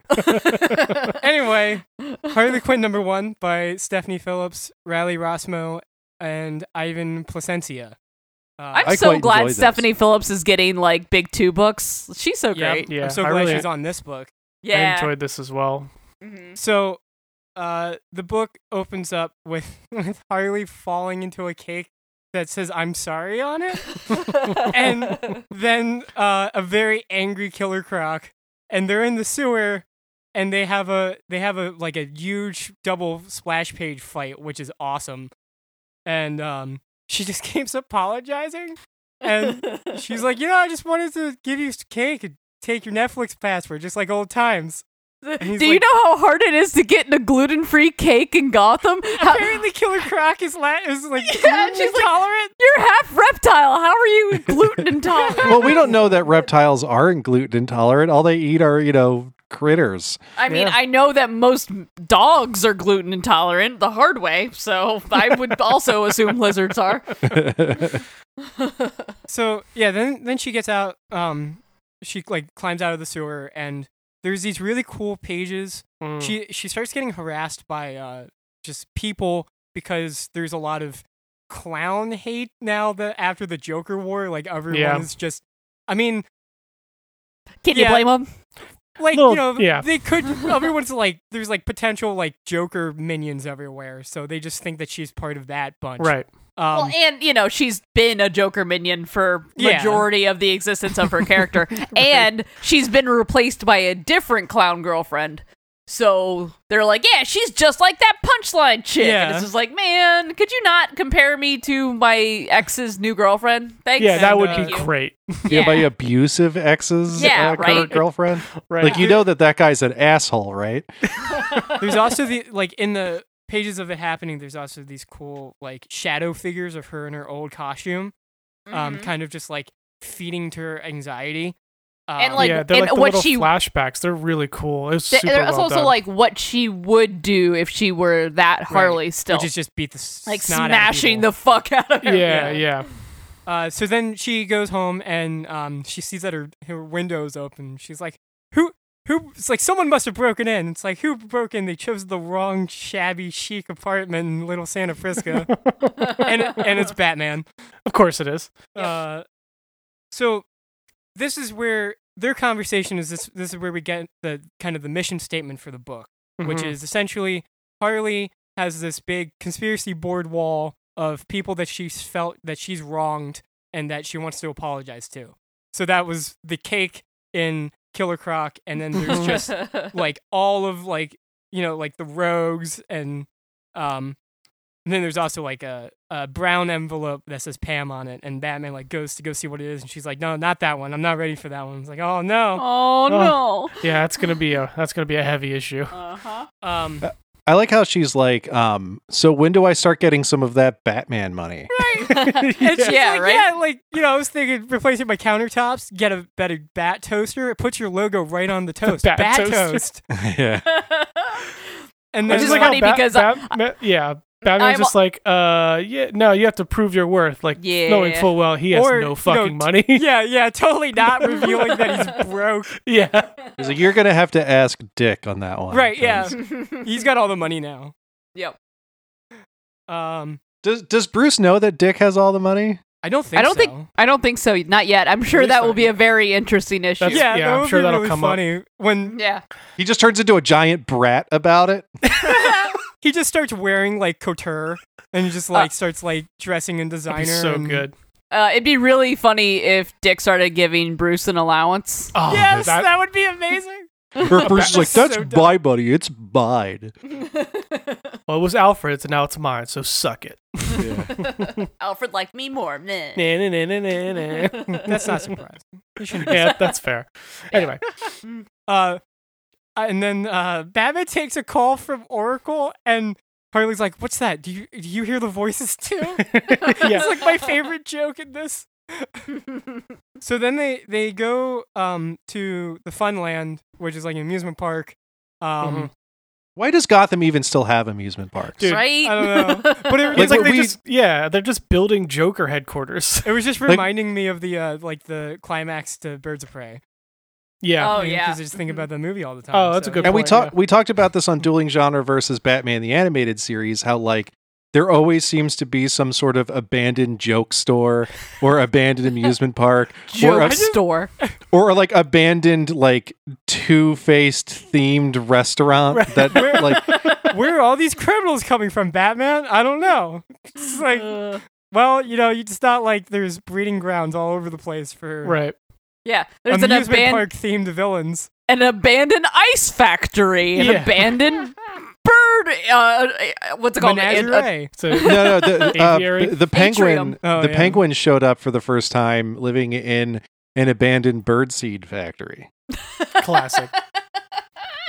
E: anyway, Harley Quinn number one by Stephanie Phillips, Riley Rosmo, and Ivan Placencia. Uh,
D: I'm
B: I
D: so
B: quite enjoyed
D: glad
B: this.
D: Stephanie Phillips is getting like big two books. She's so
E: yeah,
D: great.
C: Yeah,
E: I'm so
C: I
E: glad
C: really-
E: she's on this book.
C: I
D: Yeah.
C: enjoyed this as well.
D: Mhm.
E: So, uh, the book opens up with, with Harley falling into a cake that says "I'm sorry" on it, and then uh, a very angry Killer Croc, and they're in the sewer, and they have a they have a like a huge double splash page fight, which is awesome, and um, she just keeps apologizing, and she's like, you know, I just wanted to give you cake and take your Netflix password, just like old times.
D: Do
E: he's
D: you
E: like-
D: know how hard it is to get in a gluten free cake in Gotham? How-
E: Apparently, Killer Croc is la- is like
D: Yeah, and
E: gluten
D: she's like-
E: intolerant.
D: You're half reptile. How are you gluten intolerant?
B: well, we don't know that reptiles aren't gluten intolerant. All they eat are, you know, critters.
D: I mean,
E: Yeah.
D: I know that most dogs are gluten intolerant the hard way, so I would also assume lizards are.
E: so yeah, then then she gets out. Um, she like climbs out of the sewer, and there's these really cool pages.
C: Mm.
E: She she starts getting harassed by uh just people because there's a lot of clown hate now that after the Joker war, like everyone
C: Yeah.
E: is just. I mean,
D: Can
E: Yeah.
D: you blame them?
E: like
C: Little-
E: you know,
C: yeah.
E: they could. Everyone's like, there's like potential like Joker minions everywhere, so they just think that she's part of that bunch.
C: right.
E: Um,
D: well, and you know, she's been a Joker minion for
E: Yeah.
D: majority of the existence of her character, and she's been replaced by a different clown girlfriend. So they're like, yeah, she's just like that punchline chick, and
E: Yeah.
D: it's just like, man, could you not compare me to my ex's new girlfriend? Thanks.
C: Yeah, that
E: And,
C: would
E: uh,
C: be great.
B: Yeah, by abusive exes,
D: Yeah,
B: uh, current
D: right.
B: girlfriend.
C: Right.
B: Like you know that that guy's an asshole, right?
E: there's also the like in the pages of it happening there's also these cool like shadow figures of her in her old costume um
D: Mhm.
E: kind of just like feeding to her anxiety um,
D: And, like,
C: yeah, they're
D: and
C: like the
D: what
C: little
D: she-
C: flashbacks. They're really cool. It's
D: Th-
C: super
D: that's
C: well
D: also
C: done.
D: like what she would do if she were that Harley still,
E: which is just beat the s-
D: like
E: snot
D: smashing the
E: out
D: fuck out of her.
C: yeah,
E: yeah.
C: yeah.
E: the uh so then she goes home and um she sees that her her windows open she's like who who it's like someone must have broken in it's like who broke in they chose the wrong shabby chic apartment in little santa Frisco, and and it's batman
C: Of course it is.
E: Uh, so this is where their conversation is this this is where we get the kind of the mission statement for the book which
C: Mhm.
E: is essentially harley has this big conspiracy board wall of people that she's felt that she's wronged and that she wants to apologize to so that was the cake in killer croc and then there's just like all of like you know like the rogues and um and then there's also like a, a brown envelope that says Pam on it and Batman like goes to go see what it is and she's like no not that one I'm not ready for that one it's like oh no
D: oh no.
C: yeah, that's gonna be a that's gonna be a heavy issue.
D: Uh huh.
E: um
B: I like how she's like, um, so when do I start getting some of that Batman money?
E: and she's
D: Yeah,
E: like
D: right?
E: yeah like you know I was thinking replacing my countertops get a better bat toaster it puts your logo right on the toast
C: bat
E: toast,
C: toaster.
B: yeah.
E: and
D: I
E: then
D: just
C: It's
E: like,
D: like funny
C: Bat-
D: because
C: Bat- Ma- yeah, Batman's
D: I'm-
C: just like, uh, yeah, no, you have to prove your worth, like
D: Yeah.
C: knowing full well he has
E: Or, you
C: no
E: know,
C: fucking
E: t-
C: money.
E: yeah yeah totally not revealing that he's broke
C: yeah,
B: He's like, you're gonna have to ask Dick on that one.
E: right yeah
B: 'cause-
E: he's got all the money now
D: Yep.
E: um
B: Does Does Bruce know that Dick has all the money?
E: I don't think.
D: I don't
E: so.
D: think I don't think so. Not yet. I'm sure
E: least
D: that will
E: not
D: be a very interesting issue.
C: That's-
E: Yeah,
C: Yeah,
E: that
C: I'm
E: would
C: sure
E: be
C: that'll
E: really
C: come up.
E: funny when
D: yeah.
B: He just turns into a giant brat about it.
E: he just starts wearing like couture and just like starts like dressing in designer.
C: That'd Uh, be so
E: and-
C: good.
D: Uh, it'd be really funny if Dick started giving Bruce an allowance.
C: Oh,
E: Yes, that,
C: that-
E: would be amazing.
B: Or Bruce is like,
E: so
B: that's
E: dumb."
B: my buddy. It's mine.
C: well, it was Alfred's, and now it's mine. So suck it.
D: Alfred liked me more. meh.
C: Nah, nah, nah, nah, nah, nah.
E: That's not surprising. You shouldn't be
C: yeah, that's fair. Anyway,
E: Uh, and then uh, Batman takes a call from Oracle, and Harley's like, "What's that? Do you do you hear the voices too?"
C: yeah,
E: It's like my favorite joke in this. so then they they go um to the Funland, which is like an amusement park.
C: Mm-hmm.
E: Um,
B: Why does Gotham even still have amusement parks?
C: Dude,
D: right?
E: I don't know, but it,
C: it's
E: it's
C: like
B: what
C: they
B: we-
C: just yeah, they're just building Joker headquarters.
E: it was just reminding me of the uh like the climax to Birds of Prey.
C: Yeah,
D: Oh, yeah.
E: because I just think about that movie all the time.
C: Oh, that's a
E: so-
C: good
B: and we
C: point,
B: talked
C: yeah.
B: we talked about this on dueling genre versus batman the animated series how like there always seems to be some sort of abandoned joke store or abandoned amusement park or,
D: Joke
B: a-
D: store.
B: or like abandoned like two-faced themed restaurant that like
E: Where are all these criminals coming from, Batman? I don't know. It's like, well, you know, it's not like there's breeding grounds all over the place for
C: right.
D: Yeah, there's an,
E: amusement
D: aban-
E: park themed villains.
D: an abandoned ice factory, an
C: Yeah.
D: abandoned bird. Uh, uh, what's it called? An- a-
E: Menagerie.
C: So
B: no no the, uh,
C: Aviary?
B: the penguin
D: Atrium.
E: Oh,
B: the
E: yeah.
B: penguin showed up for the first time living in an abandoned birdseed factory
C: classic.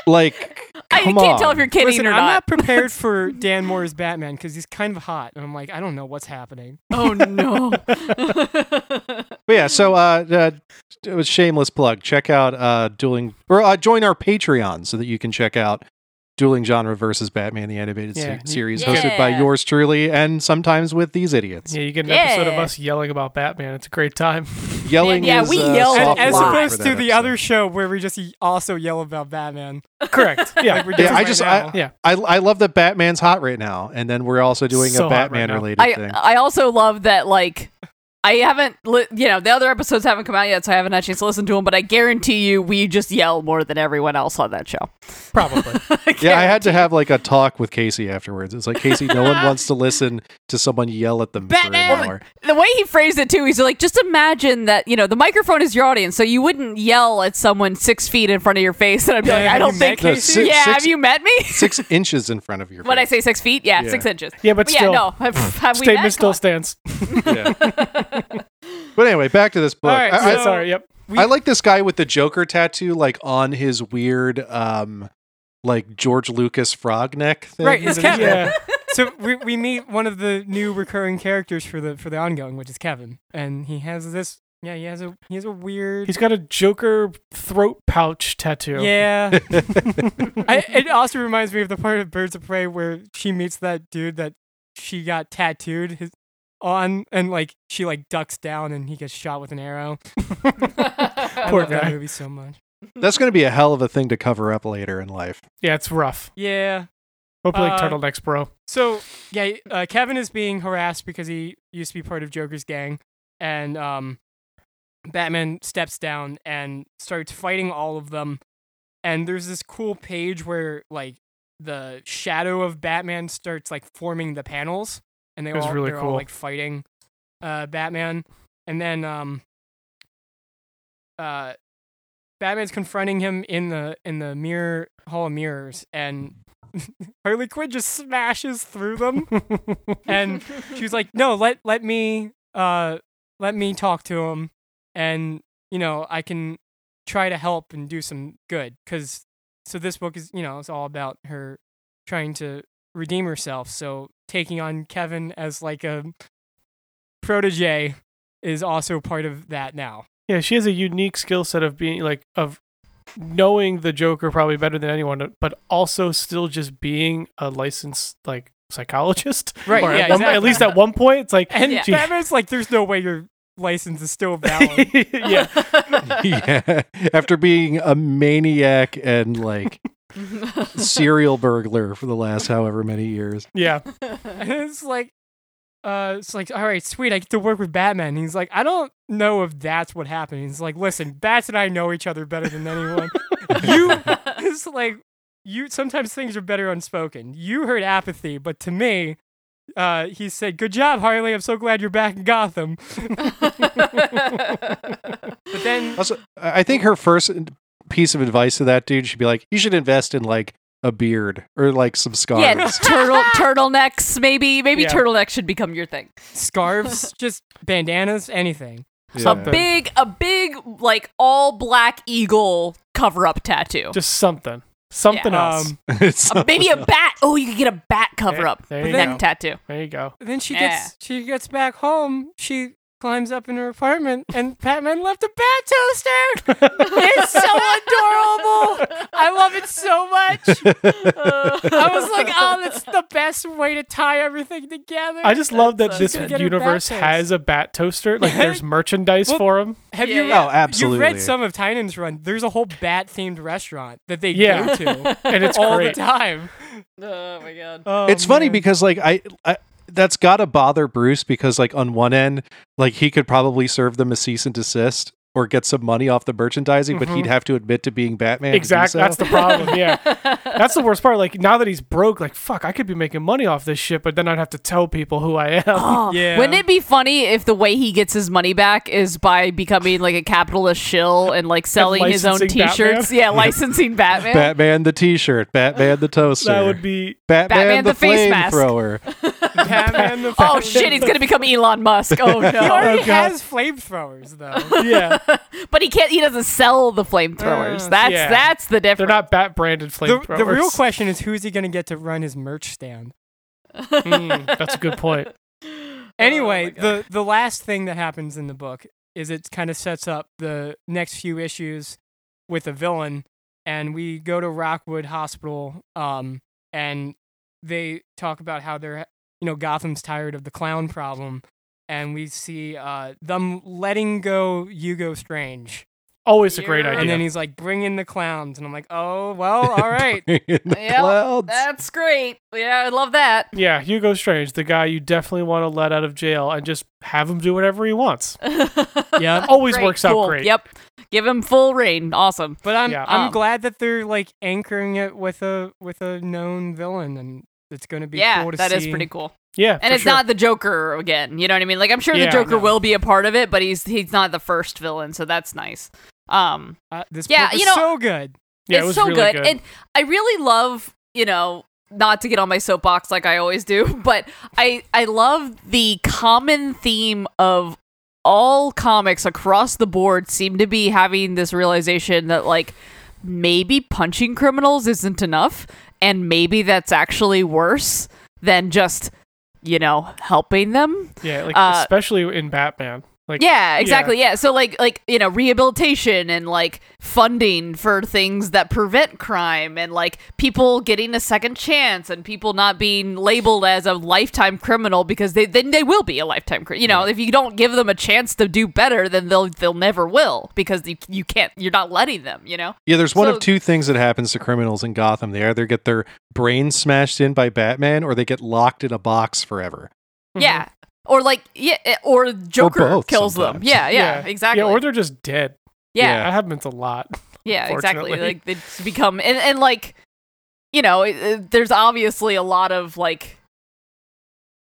B: like
D: I
B: come
D: can't
B: on.
D: tell if you're kidding
E: Listen,
D: or
E: I'm
D: not.
E: not prepared for Dan Moore's Batman because he's kind of hot, and I'm like, I don't know what's happening.
D: oh no.
B: But yeah, so uh, uh, it was shameless plug. Check out uh, dueling or uh, join our Patreon so that you can check out dueling genre versus Batman the animated se-
E: Yeah.
B: series
D: Yeah.
B: hosted by yours truly and sometimes with these idiots
C: Yeah, you get an episode of
D: Yeah.
C: us yelling about Batman. It's a great time.
B: yelling.
D: Yeah,
B: is,
D: we
B: uh,
D: yell a
B: soft
E: And as
B: law
D: lot.
E: opposed
B: for
E: to
B: that
E: the
B: episode.
E: other show where we just y- also yell about Batman.
C: Correct. Yeah,
E: We're doing
B: Yeah, I
E: right
B: just
E: now.
B: I, I I love that Batman's hot right now, and then we're also doing
C: So
B: a
C: hot right
B: Batman
C: now.
B: related
D: I uh,
B: thing.
D: I also love that like I haven't li- you know the other episodes haven't come out yet, so I haven't had a chance to listen to them. But I guarantee you, we just yell more than everyone else on that show.
C: probably.
B: yeah, I had to have like a talk with Casey afterwards. It's like Casey, no one wants to listen to someone yell at them for an
D: Batman!
B: hour.
D: The way he phrased it too, he's like, just imagine that you know the microphone is your audience, so you wouldn't yell at someone six feet in front of your face. And I'd be
E: Yeah,
D: like,
E: have
D: I
E: you
D: don't
E: met
D: think.
B: No,
E: Casey?
B: six-
D: yeah,
B: six-
D: have you met me?
B: six inches in front of your.
D: when I
B: face.
D: say six feet, yeah,
B: Yeah.
D: six inches.
C: Yeah, but
D: yeah,
C: still,
D: no, have, have we met?
C: statement still stands.
B: Yeah. but anyway, back to this book.
E: All right,
B: I, I-
E: so-
C: Sorry. Yep.
E: we-
B: I like this guy with the Joker tattoo, like on his weird, um, like George Lucas frog neck thing.
E: Right, it's Kevin.
C: Yeah.
E: so we, we meet one of the new recurring characters for the for the ongoing, which is Kevin, and he has this. Yeah, he has a he has a weird.
C: He's got a Joker throat pouch tattoo.
E: yeah, I, it also reminds me of the part of Birds of Prey where she meets that dude that she got tattooed his, on, and like she like ducks down and he gets shot with an arrow. I
C: Poor
E: love that
C: guy.
E: movie so much.
B: That's going to be a hell of a thing to cover up later in life.
C: Yeah, it's rough.
E: Yeah.
C: Hopefully,
E: Uh,
C: turtlenecks, bro.
E: So yeah, uh, Kevin is being harassed because he used to be part of Joker's gang, and um, Batman steps down and starts fighting all of them. And there's this cool page where like the shadow of Batman starts like forming the panels, and they
C: It was
E: all
C: really
E: they're all
C: cool.
E: like fighting uh, Batman, and then um, uh, Batman's confronting him in the in the mirror hall of mirrors, and Harley Quinn just smashes through them, and she's like, "No, let let me uh let me talk to him, and you know I can try to help and do some good." Because so this book is you know it's all about her trying to redeem herself. So taking on Kevin as like a protege is also part of that now.
C: Yeah, she has a unique skill set of being like of knowing the Joker probably better than anyone, but also still just being a licensed like psychologist.
E: Right,
C: Or
E: yeah,
C: at, one-
E: exactly.
C: at least at one point, it's like
E: And
D: Yeah.
C: she-
E: Batman's like, "There's no way your license is still valid."
C: yeah,
B: yeah. After being a maniac and like serial burglar for the last however many years.
C: yeah.
E: and it's like, uh, it's like, all right, sweet, I get to work with Batman. And he's like, I don't know if that's what happened. He's like, listen, Bats and I know each other better than anyone. you, it's like, you. Sometimes things are better unspoken. You heard apathy, but to me, uh, he said, "Good job, Harley. I'm so glad you're back in Gotham." But then,
B: Also, I I think her first piece of advice to that dude should be like, you should invest in like a beard or like some scars.
D: yeah, turtle turtlenecks. Maybe maybe
C: Yeah.
D: turtlenecks should become your thing.
E: scarves, just bandanas, anything.
B: Yeah.
D: A big a big like all black eagle cover up tattoo.
C: Just something. Something
E: Yeah.
C: else.
E: Um,
B: It's
D: A- maybe a bat. Oh, you could get a bat cover up
C: There,
E: But
C: you
E: then-
C: go.
D: neck tattoo.
C: There you go.
E: Then she
D: Yeah.
E: gets she gets back home. She climbs up in her apartment, and Batman left a bat toaster. it's so adorable. I love it so much. I was like, oh, that's the best way to tie everything together.
C: I just love that this
E: She's gonna get her
C: universe
E: bat toast.
C: has a bat toaster. Like there's merchandise
E: Well,
C: for him.
E: have
D: Yeah,
E: you
D: yeah.
B: Oh, absolutely.
E: You've read some of Tynan's run. There's a whole bat themed restaurant that they
C: Yeah.
E: go to
C: And it's
E: all
C: great.
E: the time.
D: Oh my god.
E: Oh,
B: it's funny
E: man.
B: because like I, I that's gotta bother Bruce because like on one end, like he could probably serve them a cease and desist or get some money off the merchandising, but he'd have to admit to being Batman.
C: Exactly. Mm-hmm. That's
B: the
C: the problem. Yeah. That's the worst part. Like now that he's broke, like fuck, I could be making money off this shit, but then I'd have to tell people who I am.
D: Oh,
E: Yeah.
D: Wouldn't it be funny if the way he gets his money back is by becoming like a capitalist shill and like selling his own
C: licensing
D: T-shirts?
C: Batman?
D: Yeah, licensing Batman.
B: Batman the T-shirt, Batman the toaster,
C: that would be
B: Batman,
D: Batman
B: the,
D: the face mask.
B: flamethrower.
E: Batman the
D: Oh shit, he's gonna become Elon Musk. Oh
E: He
D: no!
E: already
C: God.
E: has flamethrowers though.
C: yeah.
D: but he can't. He doesn't sell the flamethrowers.
E: Uh,
D: that's
C: yeah.
D: that's the
C: They're
D: difference.
C: not bat branded
E: the,
C: flamethrowers.
E: the real question is who's he going to get to run his merch stand?
C: Mm, that's a good point.
D: Oh,
C: uh,
E: Anyway, the the last thing that happens in the book is it kind of sets up the next few issues with a villain, and we go to Rockwood Hospital, um, and they talk about how they're you know Gotham's tired of the clown problem, and we see uh, them letting go Hugo Strange,
C: Always a great
D: You're-
C: idea.
E: and then he's like, "Bring in the clowns," and I'm like, "Oh well, all right."
B: In the
D: Yep,
B: clouds.
D: That's great. Yeah, I love that.
C: yeah, Hugo Strange, the guy you definitely want to let out of jail and just have him do whatever he wants.
E: yeah,
C: Always
D: Great,
C: works out
D: cool.
C: great.
D: Yep. Give him full reign. Awesome.
E: But I'm
C: Yeah.
E: I'm
D: Um,
E: glad that they're like anchoring it with a with a known villain, and it's going to be
D: yeah,
E: cool to
D: that
E: see.
D: is pretty cool.
C: Yeah.
D: And
C: for
D: it's
C: sure.
D: not the Joker again. You know what I mean? Like I'm sure
C: Yeah,
D: the Joker
E: no.
D: will be a part of it, but he's he's not the first villain, so that's nice. Um,
E: Uh, this
D: Yeah,
E: book is
D: you know-
E: so good.
C: yeah,
D: it's
C: it was
D: so
C: really
D: good. and I really love you know not to get on my soapbox like I always do, but I I love the common theme of all comics across the board seem to be having this realization that like maybe punching criminals isn't enough and maybe that's actually worse than just you know helping them
C: yeah, like
D: uh,
C: especially in Batman. Like
D: yeah exactly yeah. so like like you know rehabilitation and like funding for things that prevent crime and like people getting a second chance and people not being labeled as a lifetime criminal because they then they will be a lifetime cri- you know if you don't give them a chance to do better then they'll they'll never will because you, you can't you're not letting them you know
B: Yeah, there's one
D: So-
B: of two things that happens to criminals in Gotham. They either get their brains smashed in by Batman or they get locked in a box forever.
D: yeah or like yeah or joker
B: both
D: kills them
B: sometimes.
D: yeah, yeah exactly
C: Yeah, or they're just dead.
D: yeah.
C: That happens a lot.
D: Yeah, exactly. Like
C: unfortunately.
D: it's become and and like you know, it, it- there's obviously a lot of like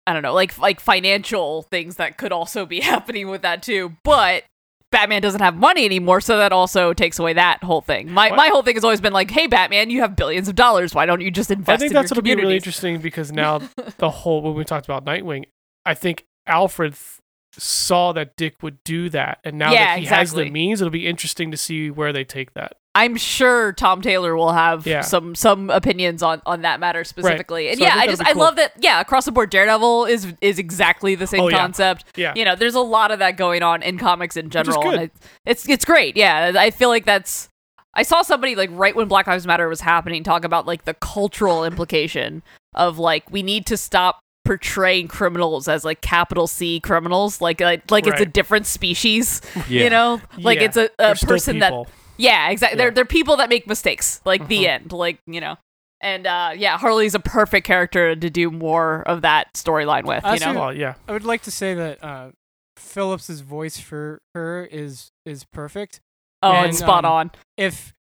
D: I don't know, like like financial things that could also be happening with that too, but Batman doesn't have money anymore, so that also takes away that whole thing. My
C: What?
D: my whole thing has always been like, "Hey, Batman, you have billions of dollars. Why don't you just invest?"
C: I think
D: in
C: that's
D: your
C: what'll be really
D: communities?"
C: interesting because now the whole when we talked about Nightwing, I think Alfred th- saw that Dick would do that, and now
D: Yeah,
C: that he has
D: exactly.
C: the means, it'll be interesting to see where they take that.
D: I'm sure Tom Taylor will have
C: Yeah.
D: some some opinions on on that matter specifically. And
C: So I
D: yeah,
C: think
D: I,
C: that'll
D: just
C: be
D: I
C: cool.
D: love that. Yeah, across the board, Daredevil is is exactly the same
C: Oh, yeah.
D: concept.
C: Yeah.
D: you know, there's a lot of that going on in comics in
C: is
D: general. and
C: good.
D: it- it's it's great. Yeah, I feel like that's. I saw somebody like right when Black Lives Matter was happening talk about like the cultural implication of like we need to stop portraying criminals as like capital C criminals like like, like it's a
C: Right.
D: different species
B: Yeah.
D: you know like
C: Yeah.
D: it's a,
C: They're
D: a
C: still
D: person that
C: people.
D: yeah, exactly.
C: Yeah.
D: They're they're people that make mistakes. Like the end. Like you know. And uh, yeah, Harley's a perfect character to do more of that storyline with. You
E: Us
D: know,
E: and-
C: Well, Oh, yeah.
E: I would like to say that uh, Phillips's voice for her is is perfect.
D: oh,
E: and,
D: it's spot
E: um,
D: on.
E: If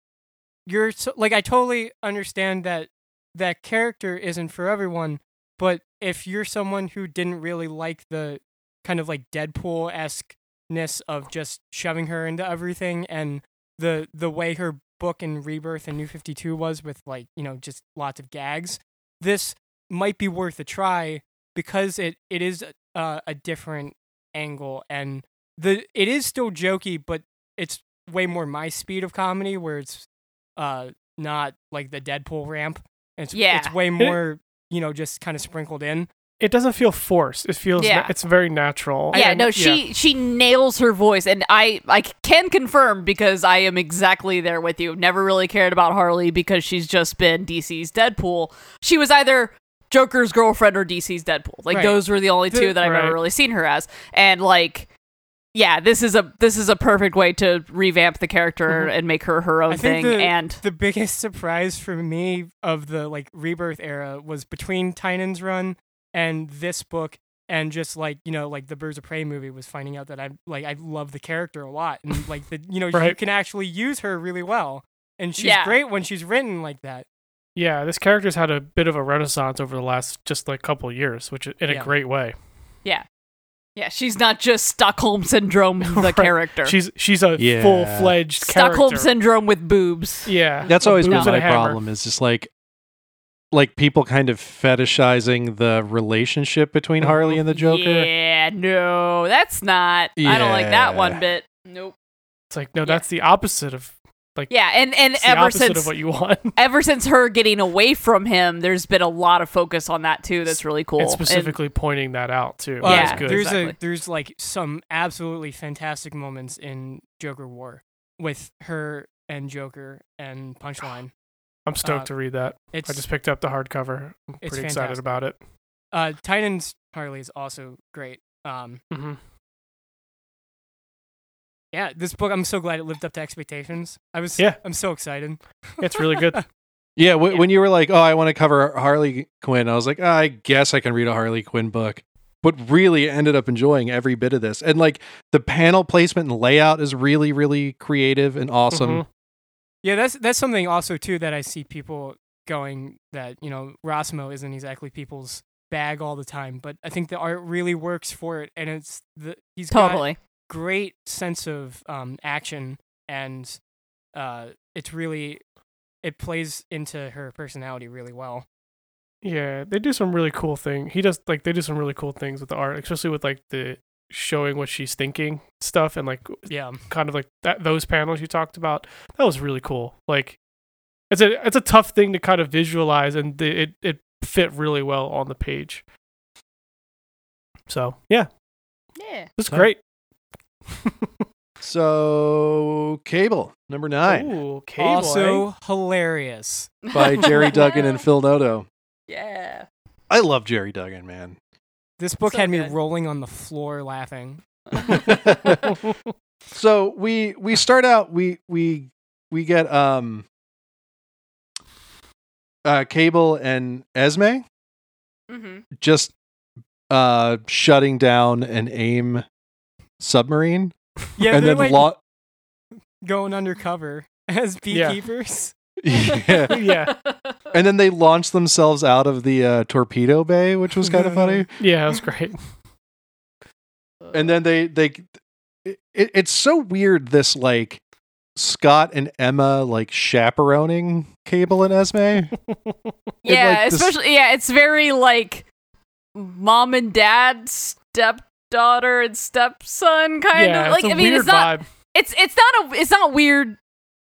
E: you're so, like, I totally understand that that character isn't for everyone, but if you're someone who didn't really like the kind of like Deadpool esqueness of just shoving her into everything and the the way her book in Rebirth and New Fifty Two was with like you know just lots of gags, this might be worth a try because it it is uh, a different angle and the it is still jokey but it's way more my speed of comedy where it's uh not like the Deadpool ramp it's
D: Yeah.
E: it's way more you know just kind of sprinkled in
C: It doesn't feel forced. It feels
D: Yeah.
C: na- it's very natural.
D: yeah,
E: am-
D: no, she she nails her voice, and I I can confirm because I am exactly there with you. Never really cared about Harley because she's just been DC's Deadpool. She was either Joker's girlfriend or DC's Deadpool. Like
E: Right.
D: those were the only
E: The-
D: two that I've
C: right.
D: ever really seen her as. And like, yeah, this is a this is a perfect way to revamp the character and make her her own
E: I think
D: thing.
E: the,
D: and
E: the biggest surprise for me of the like rebirth era was between Tynan's run and this book and just like you know like the Birds of Prey movie was finding out that I like I love the character a lot and like the you know you
C: Right.
E: can actually use her really well and she's
D: Yeah.
E: great when she's written like that.
C: Yeah, this character's had a bit of a renaissance over the last just like couple years, which i- in
E: Yeah.
C: a great way.
D: yeah, she's not just Stockholm syndrome the character.
C: She's she's a
B: Yeah.
C: full fledged
D: Stockholm
C: character.
D: syndrome with boobs.
C: yeah,
B: That's always been
C: boobs and
B: my
C: a hammer.
B: problem. Is just like, like people kind of fetishizing the relationship between Harley and the Joker.
D: Yeah, no, that's not. I don't like that
B: Yeah.
D: one bit. Nope.
C: It's like no, that's the opposite of
D: Yeah, and and
C: it's the
D: ever
C: opposite
D: since
C: of what you want.
D: ever since her getting away from him, there's been a lot of focus on that too. That's really cool.
C: and
D: And-
C: specifically pointing that out too.
D: Well,
C: That's
D: Yeah.
C: good.
E: there's
D: Exactly.
E: a there's like some absolutely fantastic moments in Joker War with her and Joker and Punchline.
C: I'm stoked
E: uh,
C: to read that.
E: It's
C: I just picked up the hardcover. I'm
E: It's
C: pretty excited
E: fantastic.
C: about it.
E: uh Tynan's Harley is also great. Um
C: hmm
E: Yeah, this book. I'm so glad it lived up to expectations. I was.
C: Yeah.
E: I'm so excited.
C: It's really good.
B: Yeah, w- when you were like, "Oh, I want to cover Harley Quinn," I was like, "Ah, "I guess I can read a Harley Quinn book," but really ended up enjoying every bit of this. And like the panel placement and layout is really, really creative and awesome.
C: Mhm.
E: Yeah, that's that's something also too that I see people going that you know Rosmo isn't exactly people's bag all the time, but I think the art really works for it, and it's the he's got
D: totally.
E: great sense of um action, and uh, it's really it plays into her personality really well.
C: Yeah, they do some really cool thing. He does like they do some really cool things with the art, especially with like the showing what she's thinking stuff and like
E: Yeah,
C: kind of like that those panels you talked about. That was really cool. Like it's a it's a tough thing to kind of visualize and the, it it fit really well on the page. So, yeah,
D: Yeah.
C: it's
B: So-
C: great.
B: So, Cable number nine
C: Ooh, cable. eh?
E: also hilarious.
B: by Jerry Duggan and Phil Noto.
D: Yeah.
B: I love Jerry Duggan, man.
E: This book
D: So
E: had me
D: good.
E: rolling on the floor laughing.
D: Mm-hmm.
B: so we we start out we we we get um uh cable and esme
D: hmm
B: just uh shutting down an aim submarine
E: Yeah,
B: and
E: they're
B: then
E: like-
B: lo-
E: going undercover as
C: Yeah.
E: beekeepers.
B: yeah.
C: yeah,
B: and then they launch themselves out of the uh, torpedo bay which was kind of funny
C: yeah, that was great.
B: and then they they it, it's so weird this like scott and emma like chaperoning cable and esme
D: Yeah,
B: like, this-
D: especially yeah, it's very like mom and dad, stepdaughter and stepson kind
C: yeah,
D: of like
C: it's a
D: I mean
C: weird
D: it's not
C: vibe.
D: it's it's not a it's not weird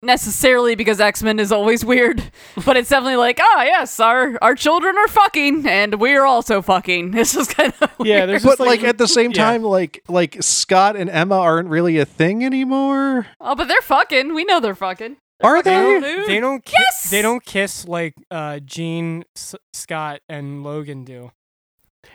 D: necessarily because X-Men is always weird, but it's definitely like, oh yes, our our children are fucking and we're also fucking. This is kind of
C: Yeah, there's
B: but
C: just
B: like, at the same
C: yeah.
B: time like like scott and emma aren't really a thing anymore
D: Oh, but they're fucking. We know they're fucking.
B: are
E: They
B: they
E: don't, they don't ki-
D: Yes!
E: they don't kiss like uh, Gene, S- Scott, and Logan do.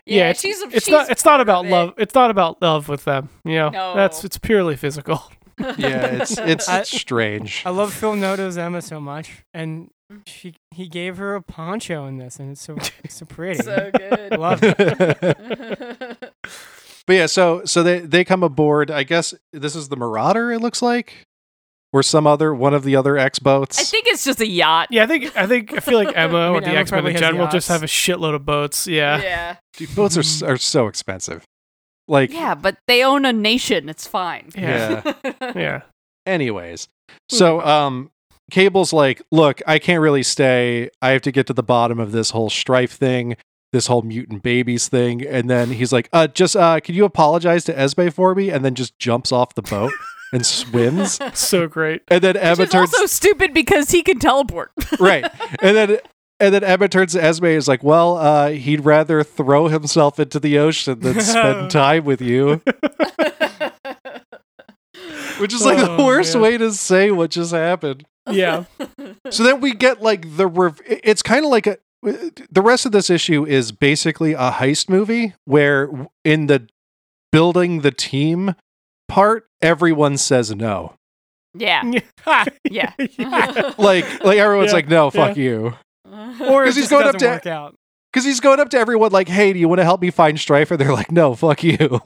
C: yeah, it's, it's not it's not about
D: it.
C: love. It's not about love with them. You know, that's
D: No.
C: it's purely physical.
B: yeah, it's it's
E: I-
B: strange.
E: I love Phil Noto's Emma so much, and
D: Mm.
E: she he gave her a poncho in this, and it's so it's so pretty.
D: so good.
E: love it.
B: but
D: That's
B: yeah, so so they they come aboard. I guess this is the Marauder. It looks like, or some other one of the other X boats.
D: I think it's just a yacht.
C: Yeah, I think I think I feel like Emma
E: I
C: or
E: mean,
C: the
E: Emma
C: X Men
E: probably
C: in
E: has
C: general just
E: yachts.
C: have a shitload of boats. Yeah.
D: yeah.
B: Dude, boats are
E: Hmm.
B: s- are so expensive. Like
D: Yeah, but they own a nation. It's fine.
B: Yeah.
C: Yeah.
B: anyways
E: Hmm.
B: so um cable's like look i can't really stay i have to get to the bottom of this whole strife thing this whole mutant babies thing and then he's like uh just uh could you apologize to esbe for me and then just jumps off the boat and swims
C: So great.
B: and then
D: Which
B: emma
D: is
B: turns
D: also stupid because he can teleport.
B: right and then and then Emma turns to Esme and is like, well, uh, he'd rather throw himself into the ocean than spend time with you. Which is like the
E: Oh,
B: worst
E: man.
B: way to say what just happened.
C: Yeah.
B: so then we get like the rev- it's kind of like a the rest of this issue is basically a heist movie where in the building the team part everyone says no
D: yeah. Yeah.
B: like like everyone's
C: Yeah,
B: like no fuck
C: yeah.
B: you
E: or it
B: 'Cause he's
E: just
B: going up
E: doesn't
B: to-
E: work out.
B: because he's going up to everyone like hey do you want to help me find strife and they're like no fuck you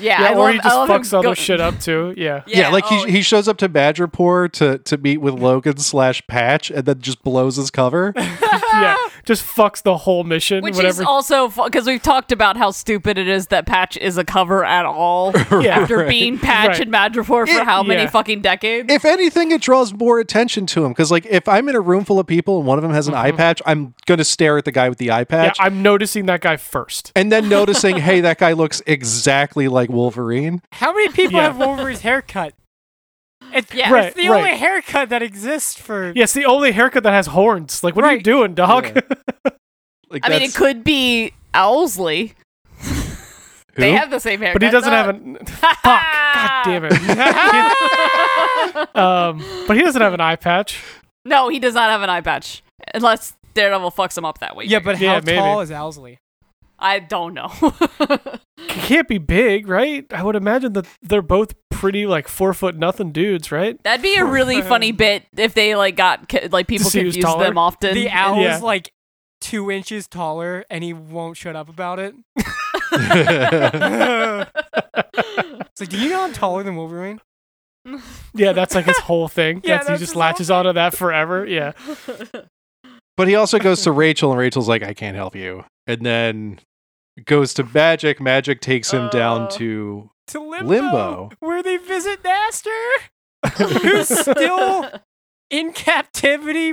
D: yeah,
C: Yeah,
D: I
C: or
D: love-
C: he
D: I
C: just
D: love him
C: fucks all
D: go-
C: this shit up too. Yeah.
B: yeah, like
D: oh,
B: he, he shows up to madripoor to to meet with logan slash patch and then just blows his cover
C: yeah. Just fucks the whole mission.
D: which
C: whatever.
D: is also because we've talked about how stupid it is that Patch is a cover at all
C: Yeah.
D: after
B: Right.
D: being Patch
C: Right.
D: and Madripoor for
B: It-
D: how many
C: yeah.
D: fucking decades.
B: if anything, it draws more attention to him because, like, if I'm in a room full of people and one of them has an eye patch, I'm going to stare at the guy with the eye
C: yeah,
B: patch
C: I'm noticing that guy first.
B: and then noticing, hey, that guy looks exactly like Wolverine.
E: How many people
C: Yeah.
E: have Wolverine's haircut? It's,
D: Yeah.
E: it's the
C: Right,
E: only
C: right.
E: haircut that exists for.
C: Yeah, it's the only haircut that has horns. Like, what are you
E: Right.
C: doing, dog?
B: Yeah. Like,
D: I mean, it
B: that's
D: could be Owlsley.
B: who?
D: They have the same haircut,
C: but he doesn't have
D: a
C: an. Fuck!
D: Ah.
C: God damn it! He- um, but he doesn't have an eye patch.
D: No, he does not have an eye patch unless Daredevil fucks him up that way.
E: Yeah, but
C: Yeah,
E: how
C: maybe.
E: tall is Owsley?
D: I don't know.
C: He can't be big, right? I would imagine that they're both pretty, like four foot nothing dudes, right?
D: That'd be a really funny bit if they like got ca- like people
C: see who's
D: confused
C: taller?
D: them often.
E: The owl
C: Yeah.
E: is like two inches taller, and he won't shut up about it. It's like, do you know I'm taller than Wolverine?
C: Yeah, that's like his whole thing.
E: Yeah,
C: that's, he
E: that's
C: just
E: his whole
C: latches onto that forever. Yeah,
B: but he also goes to Rachel, and Rachel's like, I can't help you. And then goes to Magic. Magic takes him down
D: Uh.
B: to.
E: To limbo,
B: Limbo.
E: where they visit Master, who's still in captivity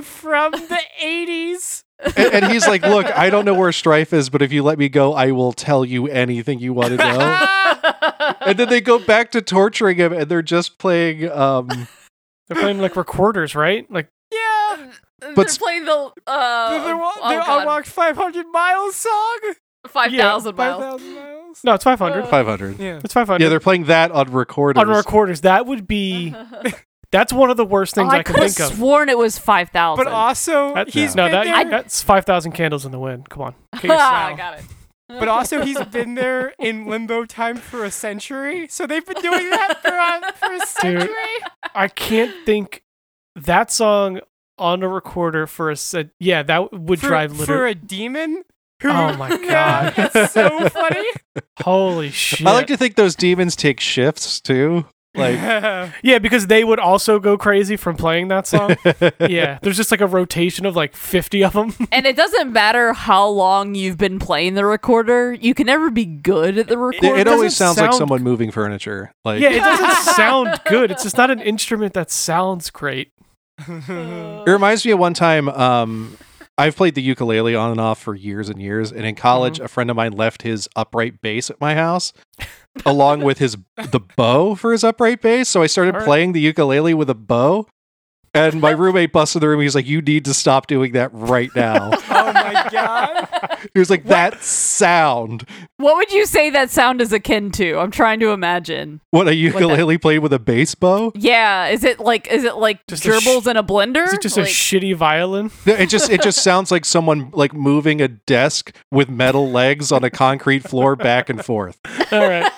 E: from the '80s.
B: And, and he's like, Look, I don't know where Strife is, but if you let me go, I will tell you anything you want to know. and then they go back to torturing him, and they're just playing. um
C: they're playing like recorders, right? Like,
E: yeah,
D: they're
B: s-
D: playing the uh,
E: the, the, wa-
D: oh,
E: the
D: God,
E: I walked 500 miles song.
D: five thousand
E: Yeah,
D: miles.
E: 5,000 miles.
C: no, it's five hundred.
D: Uh,
B: Five hundred.
E: Yeah.
C: It's five hundred.
B: Yeah, they're playing that on recorders.
C: on recorders. That would be. That's one of the worst
D: Uh-huh. Oh,
C: things I, can
D: could have
C: think of.
D: sworn it was five thousand.
E: But also,
C: That-
E: he's
C: no,
E: been
C: that,
E: there.
C: that's five thousand candles in the wind. Come on, Get your-
D: Ah, I
E: wow.
D: got it.
E: But also, he's been there in limbo time for a century. So they've been doing that for a, for a century.
C: I can't think that song on a recorder for a se- yeah that would
E: for,
C: drive
E: for
C: literally
E: a demon. Who,
C: Oh my
E: Yeah,
C: God.
E: it's so funny.
C: holy shit
B: I like to think those demons take shifts too. Like,
C: yeah because they would also go crazy from playing that song yeah there's just like a rotation of like 50 of them
D: And it doesn't matter how long you've been playing the recorder; you can never be good at the
B: it,
D: recorder.
B: it always
C: doesn't
B: sounds like
C: sound-
B: someone moving furniture. Like,
C: yeah it doesn't sound good it's just not an instrument that sounds great
D: Uh,
B: it reminds me of one time. Um, I've played the ukulele on and off for years and years, and in college,
E: Mm-hmm.
B: a friend of mine left his upright bass at my house, along with his the bow for his upright bass. So I started
C: All right.
B: playing the ukulele with a bow. And my roommate busted the room. He's like, "You need to stop doing that right now."
E: oh my god.
B: he was like, "That sound."
D: what would you say that sound is akin to? I'm trying to imagine.
B: What a
D: the-
B: ukulele played with a bass bow?
D: Yeah, is it like is it like
C: Just a
D: gerbils
C: sh-
D: in a blender?
C: is it just a
D: Like-
C: shitty violin
B: No, it just it just sounds like someone like moving a desk with metal legs on a concrete floor back and forth.
C: all right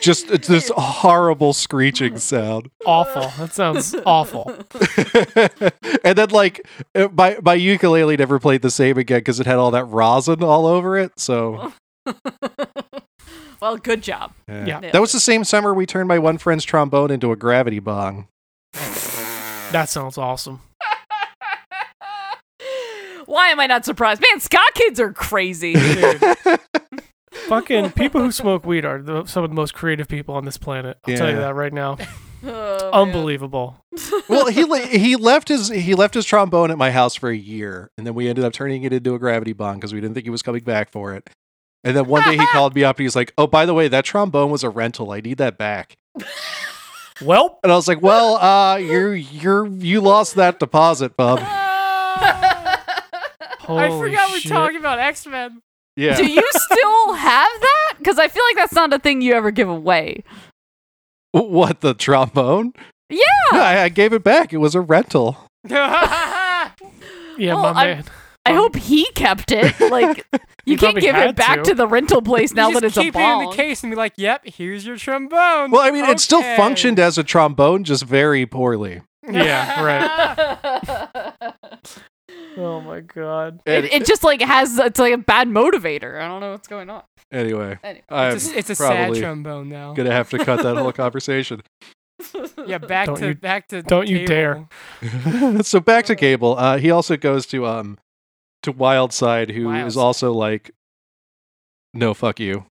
B: Just it's this horrible screeching sound.
C: awful. That sounds awful.
B: and then like uh, my my ukulele never played the same again because it had all that rosin all over it. So
D: well, good job.
C: Yeah.
B: that was the same summer we turned my one friend's trombone into a gravity bong.
C: That sounds awesome.
D: Why am I not surprised? Man, Scott kids are crazy.
C: Fucking people who smoke weed are the, some of the most creative people on this planet. I'll tell you
B: Yeah.
C: that right now.
D: Oh, man.
C: Unbelievable.
B: well, he le- he left his he left his trombone at my house for a year, and then we ended up turning it into a gravity bong because we didn't think he was coming back for it. And then one day he called me up and he's like, "Oh, by the way, that trombone was a rental. I need that back."
C: Welp.
B: And I was like, "Well, uh, you're you're you lost that deposit, bub."
C: Holy
E: I forgot
C: shit.
E: we're talking about X Men.
B: Yeah.
D: Do you still have that? Because I feel like that's not a thing you ever give away.
B: What the trombone?
D: Yeah.
B: I, I gave it back. It was a rental.
C: Yeah,
D: Well,
C: my
D: I'm-
C: man.
E: Um,
D: I hope he kept it. Like you can't
C: probably
D: give
C: had
D: it back
C: to.
D: to. the rental place now
E: you
D: that it's
E: just
D: a
E: keep it in
D: ball.
E: the case and be like, "Yep, here's your trombone."
B: Well, I mean, it still
E: Okay.
B: functioned as a trombone, just very poorly.
C: Yeah, right. Oh my god.
D: It, it just like has it's like a bad motivator. I don't know what's going on.
B: anyway,
D: Anyway.
B: I'm
E: It's a, it's a sad
B: probably
E: trombone now.
B: gonna have to cut that whole conversation.
E: Yeah, back
C: Don't
E: to
C: you-
E: back to.
C: don't you
E: cable.
C: dare.
B: so back to Cable. Uh, he also goes to um to Wildside, who is
E: Wildside.
B: also like, no, fuck you.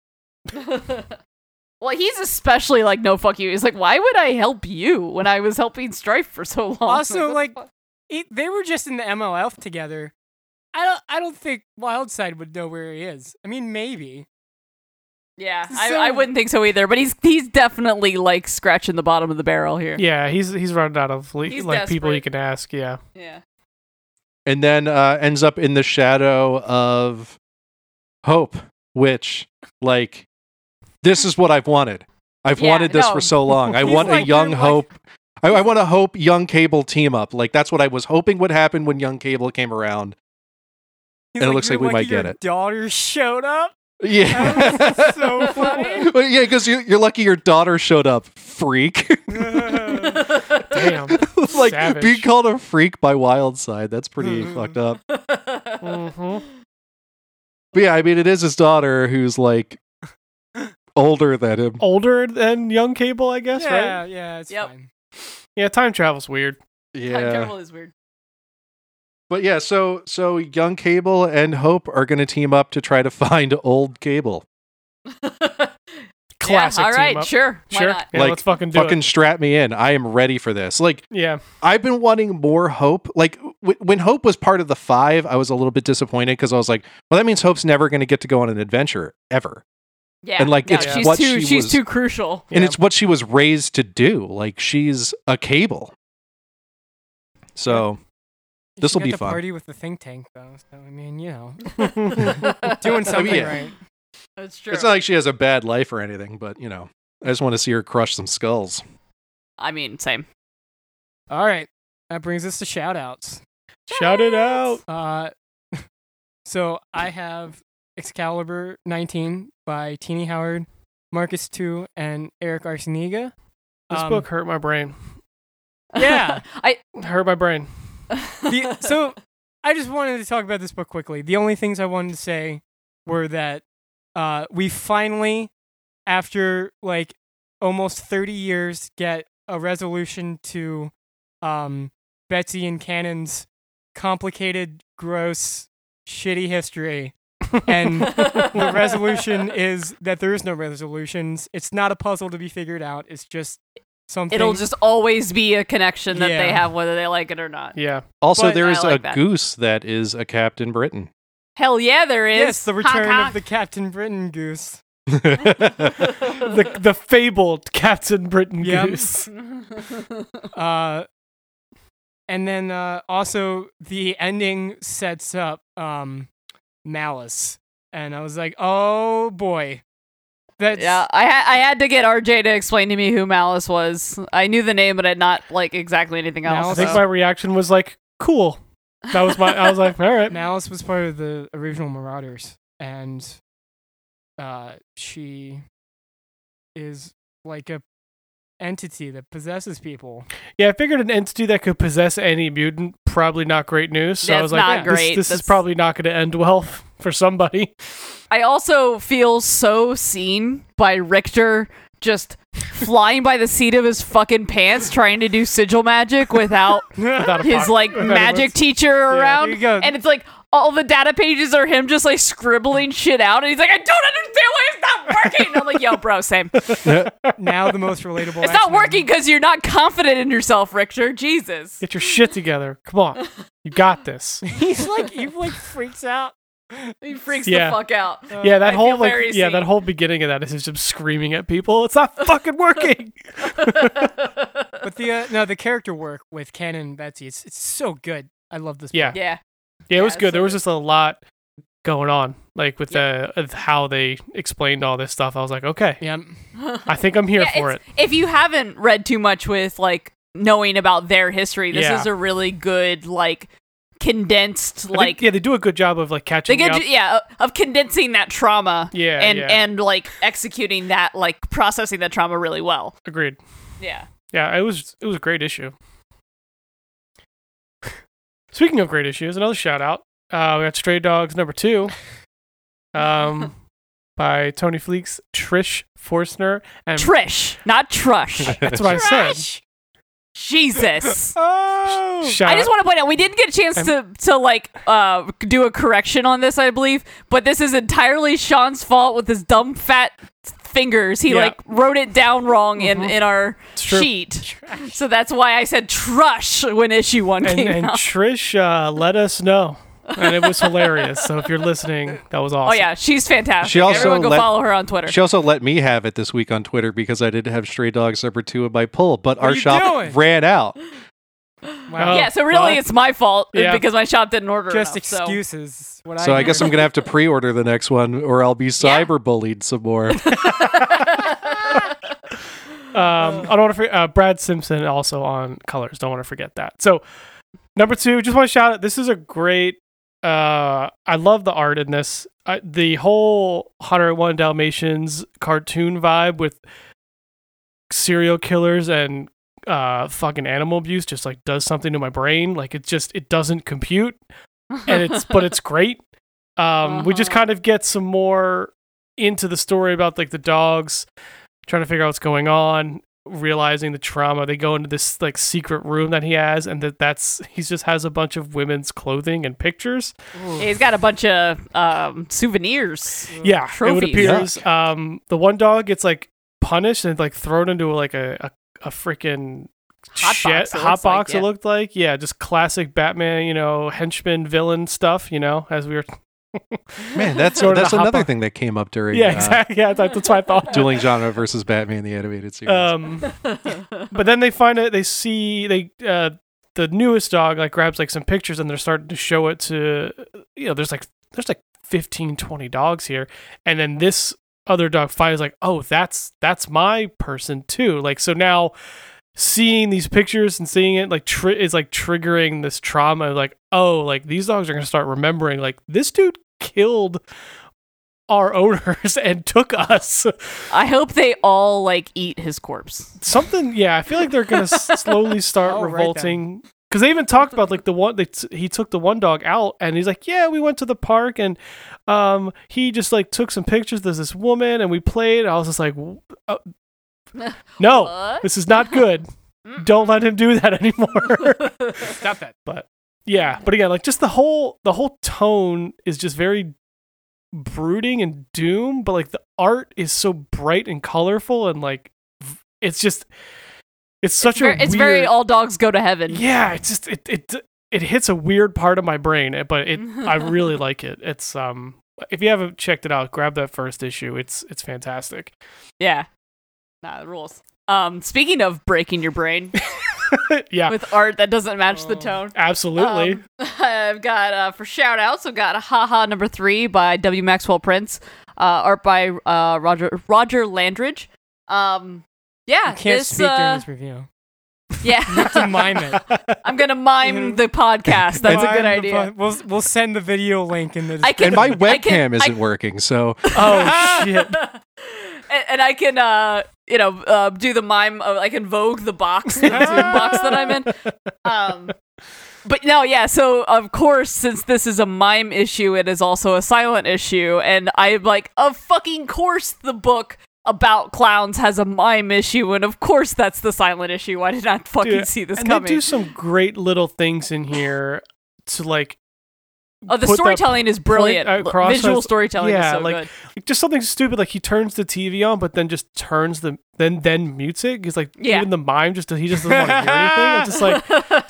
D: well, he's especially like no fuck you. He's like, why would I help you when I was helping Strife for so long?
E: Also,
D: what the
E: like-
D: fuck?
E: It, they were just in the MLF together. I don't. I don't think Wildside would know where he is. I mean, maybe.
D: yeah, I,
E: so-
D: I wouldn't think so either. But he's he's definitely like scratching the bottom of the barrel here.
C: Yeah, he's he's running out of le-
D: He's
C: like people he
D: desperate.
C: can ask. Yeah.
D: yeah.
B: And then uh, ends up in the shadow of Hope, which like this is what I've wanted. I've
D: Yeah,
B: wanted this
D: no.
B: for so long. I
E: He's
B: want a
E: like,
B: young
E: you're like-
B: Hope. I, I want to hope young Cable team up. Like that's what I was hoping would happen when young Cable came around.
E: He's
B: And it looks like
E: "You're
B: we might
E: lucky your
B: get it."
E: Daughter showed up. That
B: Yeah.
E: was so funny.
B: Well, yeah, because you, you're lucky your daughter showed up, freak.
C: Damn.
B: like
C: Savage.
B: being called a freak by Wildside, that's pretty
E: Mhm.
B: fucked up. Mm-hmm.
C: Mhm.
B: But yeah, I mean, it is his daughter who's like older than him.
C: Older than young Cable, I guess,
E: yeah,
C: right?
E: yeah, it's
D: Yep.
E: fine.
C: Yeah, time travel's weird.
D: Time
B: Yeah,
D: travel is weird.
B: but yeah, so so young Cable and Hope are going to team up to try to find old Cable.
C: Classic
D: Yeah, all right,
C: team up.
D: sure. Why
C: Sure.
D: not?
C: Yeah,
B: Like,
C: let's fucking do
B: Fucking
C: it.
B: strap me in. I am ready for this. Like
C: Yeah.
B: I've been wanting more hope. Like w- when Hope was part of the five, I was a little bit disappointed because I was like, well, that means Hope's never going to get to go on an adventure ever.
D: Yeah.
B: And, like,
D: no,
B: it's
D: she's
B: what
D: too
B: she
D: she's
B: was-
D: too crucial.
B: And
C: Yeah.
B: it's what she was raised to do. Like she's a cable. So
E: You
B: This'll
E: should
B: be
E: get to
B: fun.
E: Party with the think tank, though. So I mean, you know, doing
D: Doing
E: something
B: Oh, yeah.
E: right.
D: That's true.
B: it's not like she has a bad life or anything, but you know, I just want to see her crush some skulls.
D: I mean, same.
E: All right, that brings us to shout outs.
C: Shout it out.
E: Uh, so I have Excalibur 19 by Teeny Howard, Marcus 2, and Eric Arciniga.
C: This
E: Um,
C: book hurt my brain.
E: Yeah.
D: I
C: Hurt my brain.
E: the- so I just wanted to talk about this book quickly. The only things I wanted to say were that uh, we finally, after like almost 30 years, get a resolution to um, Betsy and Cannon's complicated, gross, shitty history. and the resolution is that there is no resolutions. It's not a puzzle to be figured out. It's just something.
D: It'll just always be a connection that they
E: Yeah.
D: have, whether they like it or not.
C: Yeah.
B: Also,
E: But
B: there
D: I
B: is
D: like
B: a
D: that.
B: goose that is a Captain Britain.
D: Hell yeah, there is.
E: yes, the return
D: Honk,
E: of the Captain Britain goose.
C: The the fabled Captain Britain
E: Yeah.
C: Goose.
D: honk.
E: Uh, and then uh, also the ending sets up um, malice, and I was like, oh boy, that's
D: yeah, I ha- I had to get RJ to explain to me who Malice was. I knew the name, but I not like exactly anything
C: I
D: else.
E: Malice
C: think
D: so-
C: my reaction was like, cool. That was my I was like, all right.
E: malice was part of the original Marauders, and uh, she is like a entity that possesses people.
C: Yeah, I figured an entity that could possess any mutant probably not great news. So I
D: That's
C: was like,
D: not
C: yeah, this-
D: great.
C: this,
D: That's-
C: is probably not going to end well for somebody.
D: I also feel so seen by Richter just flying by the seat of his fucking pants trying to do sigil magic without
C: Without a
D: his
C: pocket-
D: like
C: without a-
D: magic teacher around.
E: you go.
D: And it's like all the data pages are him just like scribbling shit out and he's like, I don't understand why it's not working. And I'm like, yo, bro, same. It's
E: Now the most relatable. It's
D: not working because you're not confident in yourself, Richter. Jesus.
C: Get your shit together. Come on, you got this.
E: He's like he like freaks out.
D: He freaks
C: Yeah.
D: the fuck out.
C: Yeah, that
D: I
C: whole
D: feel
C: like
D: very
C: yeah,
D: seen.
C: that whole beginning of that is just him screaming at people. It's not fucking working.
E: But the uh, no the character work with Ken and Betsy it's it's so good. I love this.
C: Yeah,
E: book.
D: yeah.
C: Yeah, it was
D: Yeah,
C: good.
D: so
C: There was
D: good.
C: just a lot going on, like with the with how they explained all this stuff. I was like, okay,
E: Yeah.
C: I think I'm here
D: Yeah,
C: for it.
D: it's- If you haven't read too much with like knowing about their history, this
C: Yeah.
D: is a really good like condensed
C: I think-
D: like
C: yeah, they do a good job of like
D: they
C: catching
D: get
C: up.
D: to- yeah of condensing that trauma
C: Yeah,
D: and
C: yeah.
D: and like executing that like processing that trauma really well.
C: Agreed.
D: Yeah.
C: Yeah, it was it was a great issue. Speaking of great issues, another shout out. Uh, we got Stray Dogs number two, um, by Tony Fleeks, Trish Forstner, and
D: Trish, not Trush.
C: that's what I said.
D: Jesus.
E: Oh.
C: Shout
D: I just
C: out-
D: want to point out we didn't get a chance to to like uh do a correction on this, I believe, but this is entirely Sean's fault with his dumb fat fingers. He
C: Yeah. Mm-hmm.
D: like wrote it down wrong in in our
C: true.
D: sheet, so that's why I said trush when issue one
C: and,
D: came
C: and
D: out.
C: Trish uh, let us know, and it was hilarious. So if you're listening, that was
D: Oh
C: awesome.
D: yeah, she's fantastic.
B: She also
D: Everyone go
B: let-
D: follow her on Twitter.
B: She also let me have it this week on Twitter because I did have Stray Dogs number two in my pull, but
E: are
B: our
E: you
B: shop
E: doing?
B: ran out.
E: Wow.
C: Oh,
D: yeah, so really
C: well.
D: it's my fault uh,
C: Yeah.
D: because my shop didn't order.
E: Just
D: enough, so-
E: excuses. What
B: So I guess
E: hear.
B: I'm gonna have to pre-order the next one, or I'll be cyberbullied some more.
C: Um, I don't want to forget uh, Brad Simpson also on colors. Don't want to forget that. So number two, just want to shout out. This is a great. Uh, I love the art in this. I, the whole 101 Dalmatians cartoon vibe with serial killers and uh, fucking animal abuse just like does something to my brain. Like it just it doesn't compute, and it's but it's great. Um, We just
D: Uh-huh.
C: kind of get some more into the story about like the dogs trying to figure out what's going on realizing the trauma they go into this like secret room that he has and that that's he's just has a bunch of women's clothing and pictures
D: Yeah, he's got a bunch of um, souvenirs.
C: yeah it would
D: Mm, Trophies.
C: appears um the one dog gets like punished and like thrown into like a a, a freaking
D: Hot
C: shit
D: box, it
C: hot
D: looks like,
C: box
D: yeah.
C: it looked like yeah just classic batman you know henchman villain stuff you know as we were
B: Man, that's
C: Sort of
B: that's
C: the hop
B: another
C: on-
B: thing that came up during
C: yeah
B: uh,
C: exactly yeah that, that's what i thought
B: dueling genre versus Batman the animated series.
C: Um, but then they find it. They see they uh, the newest dog like grabs like some pictures and they're starting to show it to you know. There's like there's like 15, 20 dogs here, and then this other dog finds like oh that's that's my person too. Like so now seeing these pictures and seeing it like tri- is like triggering this trauma. Like oh like these dogs are gonna start remembering like this dude killed our owners and took us.
D: I hope they all like eat his corpse.
C: something yeah i feel like they're gonna s- slowly start
E: Oh, right then.
C: revolting because they even talked about like the one they t- he took the one dog out and he's like yeah we went to the park and um he just like took some pictures there's this woman and we played i was just like w- uh, no
E: Oh.
D: What?
C: this is not good don't let him do that anymore
E: Stop that.
C: but yeah but again like just the whole the whole tone is just very brooding and doom but like the art is so bright and colorful and like v- it's just it's such
D: Ver-
C: a
D: It's very
C: weird-
D: all dogs go to heaven.
C: yeah it's just it it it hits a weird part of my brain eh, but it i really like it it's um if you haven't checked it out grab that first issue it's it's fantastic
D: Yeah. Nah, the rules. Um, speaking of breaking your brain
C: yeah
D: with art that doesn't match the
E: Oh.
D: tone.
C: absolutely
D: Um, I've got uh, for shout outs, I've got Haha number three by W. Maxwell Prince, uh, art by uh, Roger Roger Landridge. Um, yeah,
E: You can't
D: this,
E: speak during
D: uh,
E: this review.
D: yeah,
E: To mime it.
D: I'm gonna mime the podcast. That's a
E: Mime
D: good
E: the
D: idea.
E: pod- We'll we'll send the video link in the.
D: I can-
B: and my
D: I can-
B: webcam
D: I-
B: isn't working, so
C: oh shit
D: and, and I can uh you know uh, do the mime. Of, I can vogue the box, the box that I'm in. Um, but no, yeah. So of course, since this is a mime issue, it is also a silent issue, and I'm like, of fucking course, the book about clowns has a mime issue, and of course, that's the silent issue. I did not fucking
C: Dude,
D: see this
C: and
D: coming.
C: they do some great little things in here to like
D: oh, the
C: put that
D: storytelling is brilliant.
C: point across
D: Visual
C: as-
D: storytelling
C: yeah,
D: is so
C: like,
D: good.
C: like, just something stupid like he turns the TV on but then just turns the then then mutes it. He's like
D: Yeah.
C: even the mime just he just doesn't want to hear anything. I'm just like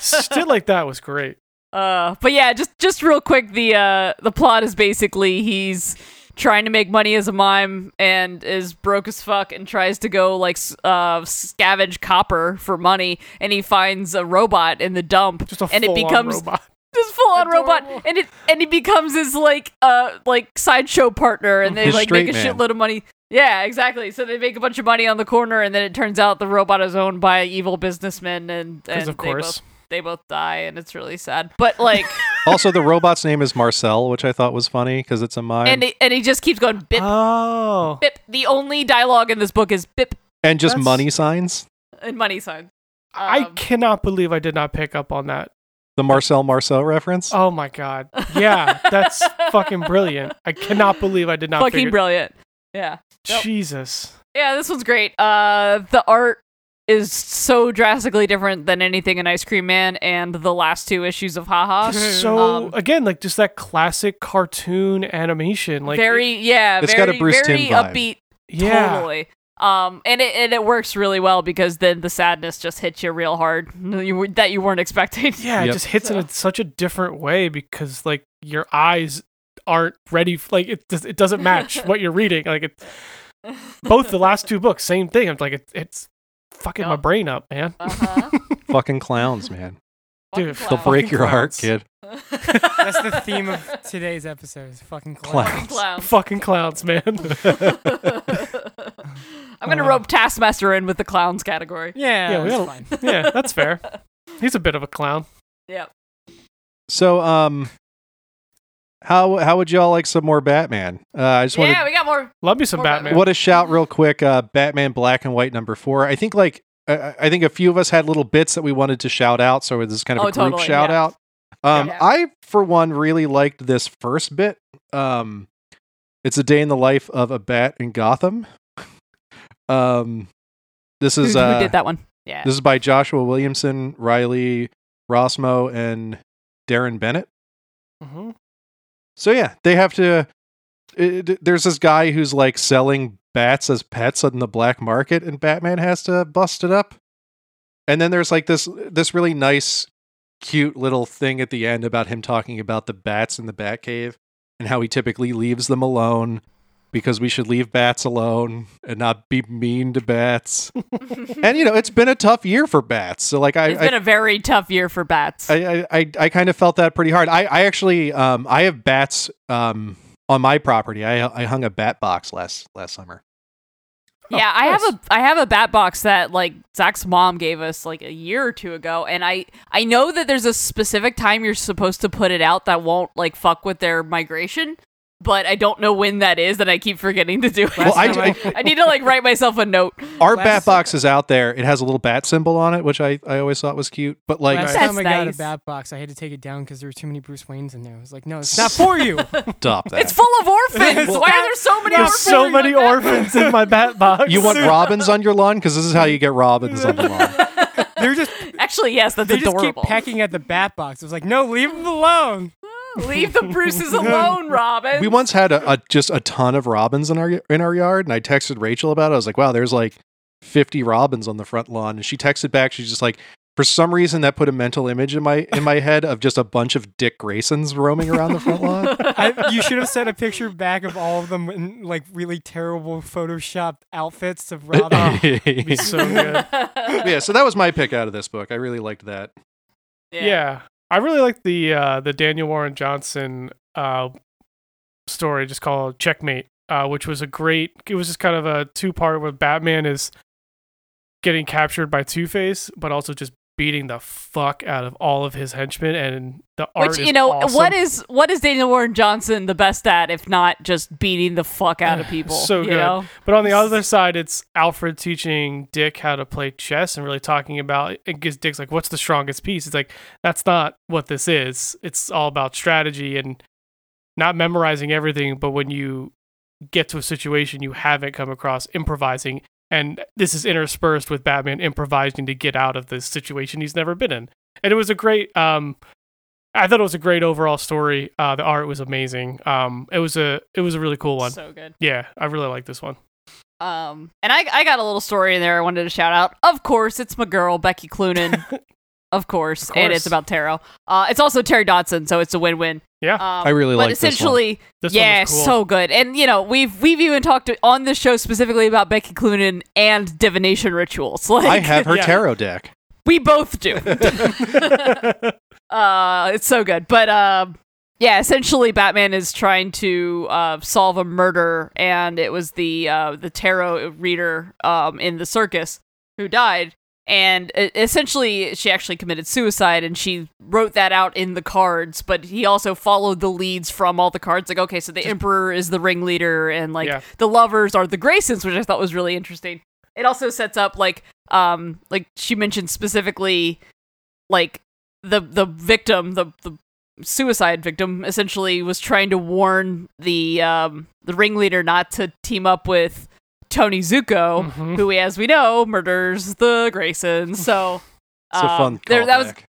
C: shit like that was great.
D: Uh, but yeah, just just real quick, the uh, the plot is basically he's trying to make money as a mime and is broke as fuck and tries to go like s- uh, scavenge copper for money and he finds a robot in the dump
C: Just a
D: and it
C: full-on
D: becomes
C: robot.
D: this full on
C: Adorable.
D: robot and it and he becomes his like uh like sideshow partner and they
B: His
D: like make a
B: straight man.
D: shitload of money. Yeah, exactly. So they make a bunch of money on the corner and then it turns out the robot is owned by evil businessmen and and
C: Because of
D: they both
C: course.
D: they both die and it's really sad. But like
B: also, the robot's name is Marcel, which I thought was funny because it's a mime.
D: and he, and he just keeps going bip
C: Oh.
D: bip. The only dialogue in this book is bip
B: and just
C: That's-
B: money signs.
D: and money sign.
C: I
D: Um,
C: cannot believe I did not pick up on that.
B: The Marcel Marceau reference.
C: Oh my god. Yeah, that's fucking brilliant. I cannot believe I did not
D: fucking
C: figure-
D: brilliant. Yeah. Yep.
C: Jesus.
D: Yeah, this one's great. Uh the art is so drastically different than anything in Ice Cream Man and the last two issues of Haha.
C: so
D: Um,
C: again, like just that classic cartoon animation, like
D: very yeah,
B: It's got
D: very
B: a Bruce
D: very
B: Timm vibe.
D: upbeat
C: yeah,
D: totally. Um and it and it works really well because then the sadness just hits you real hard you, were- that you weren't expecting.
C: yeah, it
B: Yep.
C: just hits in a, such a different way because like your eyes aren't ready. f- Like it, does, it doesn't match what you're reading. Like it, both the last two books, same thing. I'm like, it, it's fucking my
D: Yup.
C: brain up, man.
D: Uh-huh.
B: Fucking clowns, man.
D: Fucking
C: Dude, the
D: clown.
B: They'll break your heart,
C: clowns.
B: kid.
E: That's the theme of today's episode. Is fucking clown.
D: Fucking clown.
C: Fucking clowns, man.
D: I'm
B: Oh,
D: gonna
E: Uh,
D: rope Taskmaster in with the clowns category.
E: Yeah,
C: Yeah, we
E: that's
C: don't-
E: fine.
C: yeah, that's fair. He's a bit of a clown.
D: Yep.
B: So, um, how how would y'all like some more Batman? Uh, I just want
D: Yeah, we got more.
C: Love me some
D: Or
C: Batman.
D: Batman.
B: What a shout, real quick! Uh, Batman Black and White number four. I think like I, I think a few of us had little bits that we wanted to shout out, so this is kind of
D: Oh,
B: a group
D: totally,
B: shout
D: yeah.
B: out. Um,
D: Yeah.
B: I for one really liked this first bit. Um, it's a day in the life of a bat in Gotham. um, this
D: Who,
B: is
D: who
B: uh,
D: did that one? Yeah.
B: this is by Joshua Williamson, Riley Rosmo, and Darren Bennett.
C: Mhm.
B: So yeah, they have to. It, it- there's this guy who's like selling bats as pets on the black market, and Batman has to bust it up. And then there's like this this really nice, cute little thing at the end about him talking about the bats in the Batcave and how he typically leaves them alone because we should leave bats alone and not be mean to bats. and you know, it's been a tough year for bats. So like, I,
D: it's
B: I
D: been a very tough year for bats.
B: I, I- I, I kind of felt that pretty hard. I, I actually um I have bats um on my property. I I hung a bat box last last summer.
D: yeah, I have
C: nice.
D: a I have a bat box that like Zach's mom gave us like a year or two ago, and I I know that there's a specific time you're supposed to put it out that won't like fuck with their migration, but I don't know when that is, and I keep forgetting to do it.
B: Well, I,
E: time
B: I-
D: I need to like write myself a note.
B: our
E: Last
B: bat
E: summer-
B: box is out there. It has a little bat symbol on it, which I, I always thought was cute. But like,
E: Last
D: That's
E: time I got a
D: nice.
E: bat box, I had to take it down because there were too many Bruce Waynes in there. I was like, no, it's not for you.
B: stop that.
D: It's full of orphans.
E: Well,
D: Why are there so many
C: There's
D: orphans?
C: so
D: in my
C: many
D: bat
C: orphans in my bat box.
B: you want robins on your lawn because this is how you get robins on the lawn.
E: They're just
D: Actually, yes, that's
E: they just
D: adorable.
E: keep pecking at the bat box. I was like, no, leave them alone.
D: Leave the Bruces alone, Robin.
B: We once had a, a just a ton of robins in our in our yard, and I texted Rachel about it. I was like, "Wow, there's like 50 robins on the front lawn," and she texted back. She's just like, "For some reason, that put a mental image in my in my head of just a bunch of Dick Graysons roaming around the front lawn."
E: I, you should have sent a picture back of all of them in like really terrible photoshopped outfits of
C: Oh.
E: Robin.
C: Be so good.
B: yeah, so that was my pick out of this book. I really liked that.
C: Yeah. I really like the uh, the Daniel Warren Johnson uh, story, just called Checkmate, uh, which was a great. It was just kind of a two part where Batman is getting captured by Two Face, but also just beating the fuck out of all of his henchmen, and the art.
D: Which
C: is
D: you know,
C: awesome.
D: what is what is Daniel Warren Johnson the best at if not just beating the fuck out of people?
C: So
D: you
C: good.
D: know?
C: But on the other side, it's Alfred teaching Dick how to play chess and really talking about it. Gives Dick's like, "What's the strongest piece?" It's like that's not what this is. It's all about strategy and not memorizing everything, but when you get to a situation you haven't come across, improvising. And this is interspersed with Batman improvising to get out of this situation he's never been in. And it was a great. Um, I thought it was a great overall story. Uh, the art was amazing. Um, it was a it was a really cool one.
D: So good.
C: Yeah, I really like this one.
D: Um, and I, I got a little story in there I wanted to shout out. Of course, it's my girl, Becky Cloonan. of, course,
C: Of
D: And
C: course.
D: it's about tarot. Uh, it's also Terry Dodson, so it's a win win.
C: Yeah.
D: Um,
B: I really
D: But
B: like this one.
D: essentially,
C: This
D: yeah,
C: one was cool.
D: so good. And you know, we've we've even talked to, on this show specifically about Becky Cloonan and divination rituals. Like
B: I have her
C: Yeah.
B: tarot deck.
D: we both do. uh, it's so good. But um, yeah, essentially, Batman is trying to uh, solve a murder, and it was the uh, the tarot reader um, in the circus who died. And e- essentially, she actually committed suicide, and she wrote that out in the cards. But he also followed the leads from all the cards. Like, okay, so the Emperor is the ringleader, and like
C: Yeah.
D: the lovers are the Graysons, which I thought was really interesting. It also sets up like um like she mentioned specifically like the the victim the the suicide victim essentially was trying to warn the um the ringleader not to team up with Tony Zuko
C: Mhm.
D: who as we know murders the Graysons so
B: It's a
D: um,
B: fun.
D: there that was
B: callback.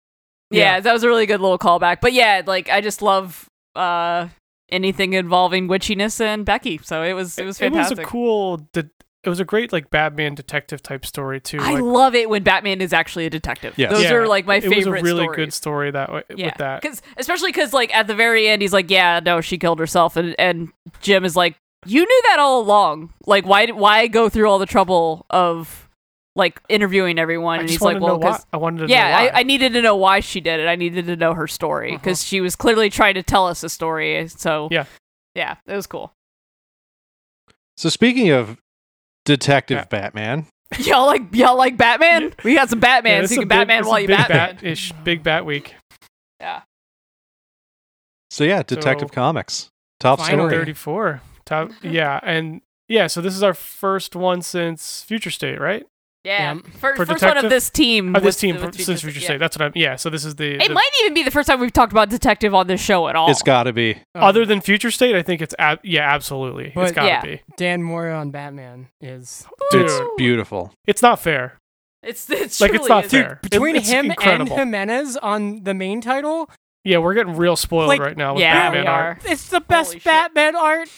D: yeah,
C: Yeah.
D: that was a really good little callback but yeah like I just love uh anything involving witchiness and Becky so it was it was fantastic
C: It was a cool. de- It was a great like Batman detective type story too.
D: I
C: like,
D: love it when Batman is actually a detective.
B: Yes.
D: Those
C: Yeah,
D: are like my
C: it
D: favorite
C: was a really
D: stories.
C: good story that way
D: yeah,
C: with that.
D: Cause, especially because like at the very end, he's like, "Yeah, no, she killed herself," and and Jim is like, "You knew that all along. Like, why why go through all the trouble of like interviewing everyone?"
C: I
D: and he's
C: just
D: like, "Well,
C: wanted to know why.
D: 'cause-
C: I wanted to know
D: yeah,
C: why. Uh-huh.
D: I, I needed to know why she did it. I needed to know her story because she was clearly trying to tell us a story. So
C: Yeah.
D: yeah, it was cool.
B: So speaking of Detective
C: Yeah.
B: Batman,
D: Y'all like y'all like Batman? We got some Batman.
C: this
D: so
C: is
D: you can
C: a big-
D: Batman
C: this is
D: while
C: a
D: you
C: big
D: Batman.
C: Bat-ish, big Bat Week.
B: so yeah, Detective
C: So-
B: Comics, top
E: Final
B: story.
C: 34. Top, yeah, and yeah. So this is our first one since Future State, right?
D: Yeah,
E: Yeah.
D: Fir-
C: For
D: first one of
C: detective-
D: this team.
C: Of this
D: Mm, with-
C: team
D: with
C: for- since Future State. That's what I'm. Yeah. So this is the.
D: yeah. It
C: the-
D: might even be the first time we've talked about detective on this show at all.
B: It's got to be.
C: other than Future State, I think it's ab- yeah, absolutely. it's
E: But-
C: gotta
D: Yeah.
C: be.
E: Dan Mora on Batman is
C: Dude.
B: It's beautiful.
C: It's not fair.
D: It's it's
C: Like,
D: truly
C: it's not
D: is-
C: fair. It-
E: between
C: it's
E: him
C: incredible.
E: and Jimenez on the main title.
C: Yeah, we're getting real spoiled
E: Like,
C: right now with
D: yeah,
C: Batman
D: we
C: art.
D: are.
E: It's the best
D: Holy shit.
E: Batman art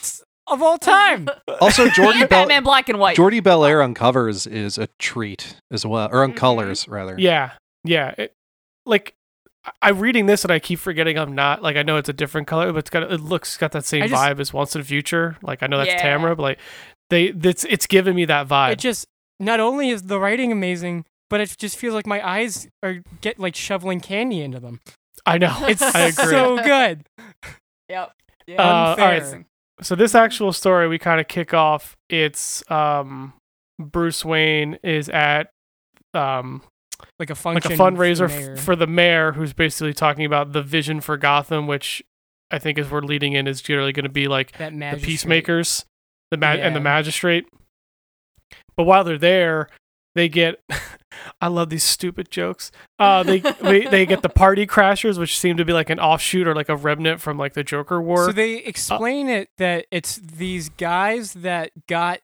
E: of all time.
B: Also, Jordy
D: and
B: Bell.
D: Batman Black and White.
B: Jordy
E: uh,
B: Belair on covers is a treat as well, or on
E: Mm-hmm.
B: colors rather.
C: Yeah, yeah. It, like I- I'm reading this and I keep forgetting I'm not like I know it's a different color, but it's got it looks it's got that same
E: I just-
C: vibe as Once in Future. Like I know that's
D: Yeah.
C: Tamara, but like they that's it's giving me that vibe.
E: it just not only is the writing amazing, but it just feels like my eyes are get like shoveling candy into them.
C: I know.
E: It's
C: I agree.
E: so good.
D: Yep.
C: Uh, all right.
E: Unfair.
C: so this actual story we kind of kick off. It's um Bruce Wayne is at um
E: Like
C: like
E: a
C: a
E: function,
C: fundraiser
E: for the mayor.
C: f- for the mayor who's basically talking about the vision for Gotham, which I think is we're leading in is generally going to be like
E: that
C: the
E: magistrate.
C: peacemakers, the ma- and the
E: Yeah.
C: magistrate. But while they're there, they get I love these stupid jokes. Uh, they we, they get the party crashers, which seem to be like an offshoot or like a remnant from like the Joker War.
E: So they explain it that it's these guys that got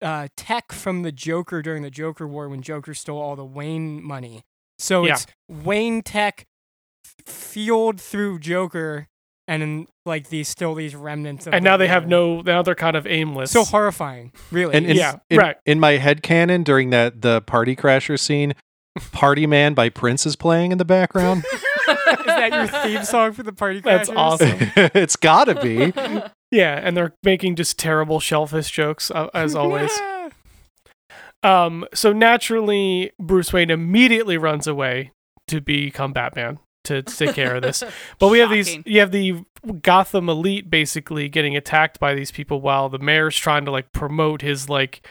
E: uh, tech from the Joker during the Joker War when Joker stole all the Wayne money. So
C: Yeah.
E: it's Wayne tech f- fueled through Joker, and then, like these still these remnants. Of
C: and
E: the
C: now they have
E: Joker.
C: no. Now they're kind of aimless.
E: So horrifying, really.
B: And, and
C: Yeah,
B: in,
C: right.
B: in my head canon during that the party crasher scene, Party Man by Prince is playing in the background.
E: is that your theme song for the party?
C: That's
E: Crashers?
C: awesome.
B: it's got to be.
C: yeah, and they're making just terrible shellfish jokes uh, as always.
E: Yeah.
C: Um, so naturally, Bruce Wayne immediately runs away to become Batman to, to take care of this. But we have these,
D: Shocking.
C: you have the Gotham elite basically getting attacked by these people while the mayor's trying to like promote his like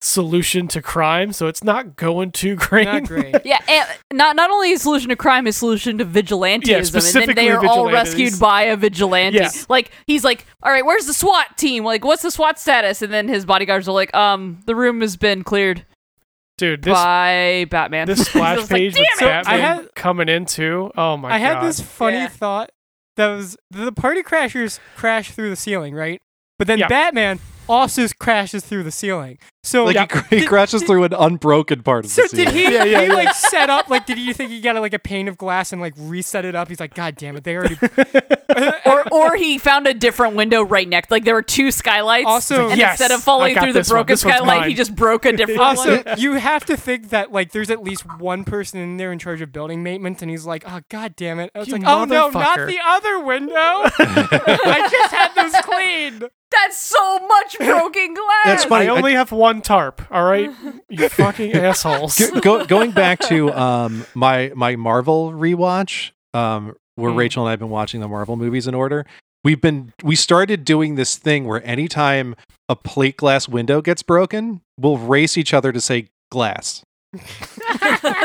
C: solution to crime, so it's not going too great.
E: Not great.
D: Yeah, and not not only is solution to crime is solution to vigilantism,
C: Yeah,
D: and then
C: specifically
D: they are all
C: vigilantes.
D: rescued by a vigilante.
C: Yeah.
D: Like he's like, all right, where's the SWAT team? Like, what's the SWAT status? And then his bodyguards are like, um, the room has been cleared
C: Dude, this
D: by Batman.
C: this
D: I
C: splash
D: was like,
C: page with
D: Damn it!
C: Batman
E: I had-
C: coming in too. Oh my
E: I
C: god.
E: had this funny
D: Yeah.
E: thought that was the party crashers crash through the ceiling, right? But then
C: Yeah.
E: Batman also crashes through the ceiling. So
B: Like he, cr- he
E: Oh, Did-
B: crashes
E: did-
B: through an unbroken part of
E: So
B: the ceiling.
E: did he?
C: Yeah, yeah,
E: he
C: yeah.
E: like set up like? Did you think he got like a pane of glass and like reset it up? He's like, God damn it! They already.
D: or or he found a different window right next. Like there were two skylights.
E: Also-
D: and
C: Yes,
D: instead of
C: I
D: falling
C: got
D: through the
C: this one.
D: broken
C: This one's
D: skylight, he
C: mine.
D: just broke a different
E: also,
D: one.
E: Uh, you have to think that like there's at least one person in there in charge of building maintenance, and he's like, "Oh God damn it!" I was
C: You
E: like, "Oh no, not
C: motherfucker."
E: the other window! I just had those cleaned."
D: That's so much broken glass.
B: That's funny.
C: I only have one tarp, all right? You fucking assholes.
B: Go- go, going back to um, my my Marvel rewatch, um, where
E: Mm.
B: Rachel and I've been watching the Marvel movies in order. We've been we started doing this thing where anytime a plate glass window gets broken, we'll race each other to say glass.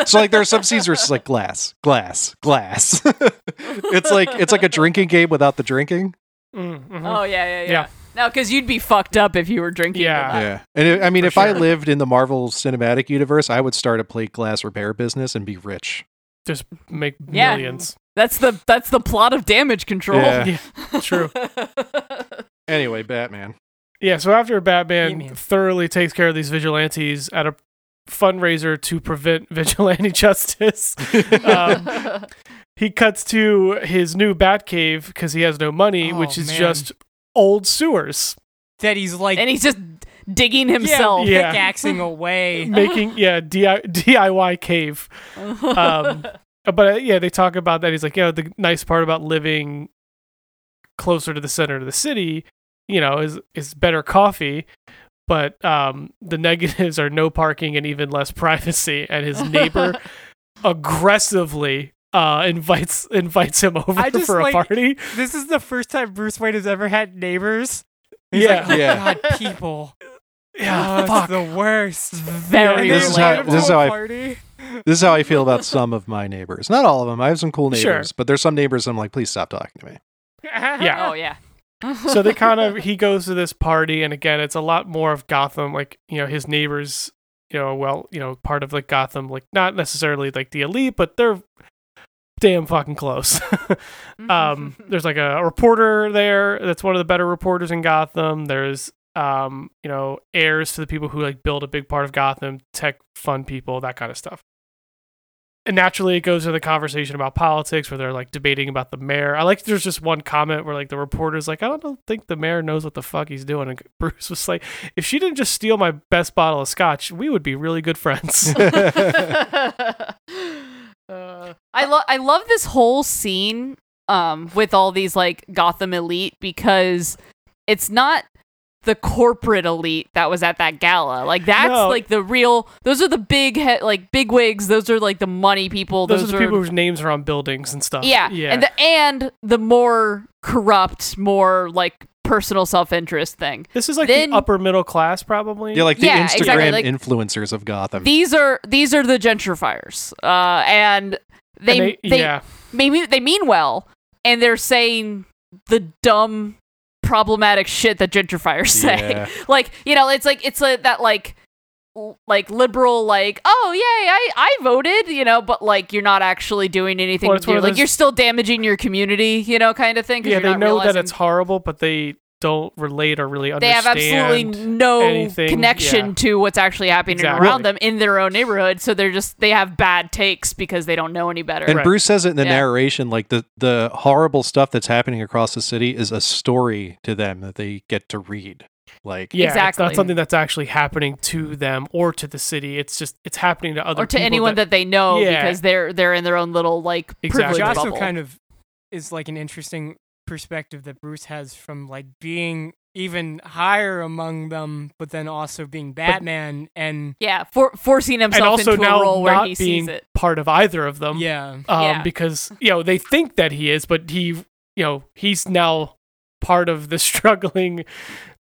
B: so like there are some scenes where it's just like glass, glass, glass. it's like it's like a drinking game without the drinking.
C: Mm, mhm.
D: Oh yeah, yeah, yeah.
C: Yeah.
D: No, because you'd be fucked up if you were drinking.
C: Yeah.
D: to that.
B: Yeah, and it, I mean,
C: For
B: if I
C: sure.
B: lived in the Marvel Cinematic Universe, I would start a plate glass repair business and be rich.
C: Just make
D: Yeah.
C: millions.
D: That's the that's the plot of damage control.
B: Yeah.
C: True.
B: Anyway, Batman.
C: Yeah, so after
E: Yeah,
C: Batman
E: man.
C: thoroughly takes care of these vigilantes at a fundraiser to prevent vigilante justice, um, he cuts to his new Batcave because he has no money,
E: Oh,
C: which is
E: man.
C: just old sewers.
E: That he's like
D: and he's just digging himself.
C: yeah.
E: pickaxing away.
C: Making, yeah, DI- DIY cave. um, but uh, yeah, they talk about that. He's like, you know, the nice part about living closer to the center of the city, you know, is is better coffee. But um, the negatives are no parking and even less privacy. And his neighbor aggressively uh, invites invites him over
E: I just,
C: for a
E: like-
C: party.
E: This is the first time Bruce Wayne has ever had neighbors. He's
C: Yeah.
E: like, oh,
B: Yeah.
E: God, people.
C: Yeah,
E: oh,
C: fuck.
E: It's the worst.
D: Very
E: And they
B: This is
E: invite
B: how-
E: him to
B: this is
E: a
B: how I-
E: party.
B: This is how I feel about some of my neighbors. Not all of them. I have some cool neighbors,
C: Sure.
B: but there's some neighbors I'm like, please stop talking to me.
E: yeah.
D: oh yeah.
C: so they kind of he goes to this party and again it's a lot more of gotham like you know his neighbors you know well you know part of like gotham like not necessarily like the elite but they're damn fucking close um there's like a reporter there that's one of the better reporters in gotham there's um you know heirs to the people who like build a big part of gotham tech fun people that kind of stuff and naturally it goes to the conversation about politics where they're like debating about the mayor. I like there's just one comment where like the reporter's like, I don't think the mayor knows what the fuck he's doing. And Bruce was like, if she didn't just steal my best bottle of scotch, we would be really good friends.
D: Uh, I love I love this whole scene um with all these like Gotham elite because it's not the corporate elite that was at that gala. Like that's
C: No.
D: like the real those are the big he- like big wigs, those are like the money people,
C: Those,
D: those,
C: are the people whose names are on buildings and stuff.
D: yeah.
C: Yeah.
D: And the and the more corrupt, more like personal self-interest thing.
C: this is like
D: then-
C: the upper middle class probably.
B: Yeah, like the
D: Yeah,
B: Instagram
D: exactly, like-
B: influencers of Gotham.
D: These are these are the gentrifiers. Uh and
C: And
D: they
C: they-
D: they
C: yeah.
D: maybe they mean well and they're saying the dumb problematic shit that gentrifiers say
B: Yeah.
D: like you know it's like it's like that like l- like liberal like oh yay i i voted you know but like you're not actually doing anything
C: Well,
D: to
C: it's
D: do.
C: one of
D: like
C: those-
D: you're still damaging your community you know kind of thing 'cause
C: Yeah,
D: you're
C: they
D: not
C: know
D: realizing
C: that it's horrible, but they don't relate or really
D: they have
C: understand.
D: absolutely no
C: anything,
D: connection
C: yeah.
D: to what's actually happening
C: Exactly.
D: around them in their own neighborhood so they're just they have bad takes because they don't know any better
B: And
C: Right.
B: Bruce says it in the
D: Yeah.
B: narration, like the the horrible stuff that's happening across the city is a story to them that they get to read. Like
C: yeah, It's
D: Exactly.
C: not something that's actually happening to them or to the city. It's just it's happening to other
D: or to
C: people
D: anyone
C: that
D: that, they know
C: Yeah.
D: because they're they're in their own little like
C: Exactly.
D: privilege
C: Which
E: Which also
D: bubble.
E: kind of is like an interesting perspective that Bruce has from like being even higher among them, but then also being Batman and
D: yeah, for, forcing
C: and
D: himself
C: also
D: into
C: now
D: a role where
C: not
D: he
C: being
D: sees it.
C: part of either of them.
E: yeah.
C: Um,
D: Yeah.
C: because you know they think that he is, but he, you know, he's now part of the struggling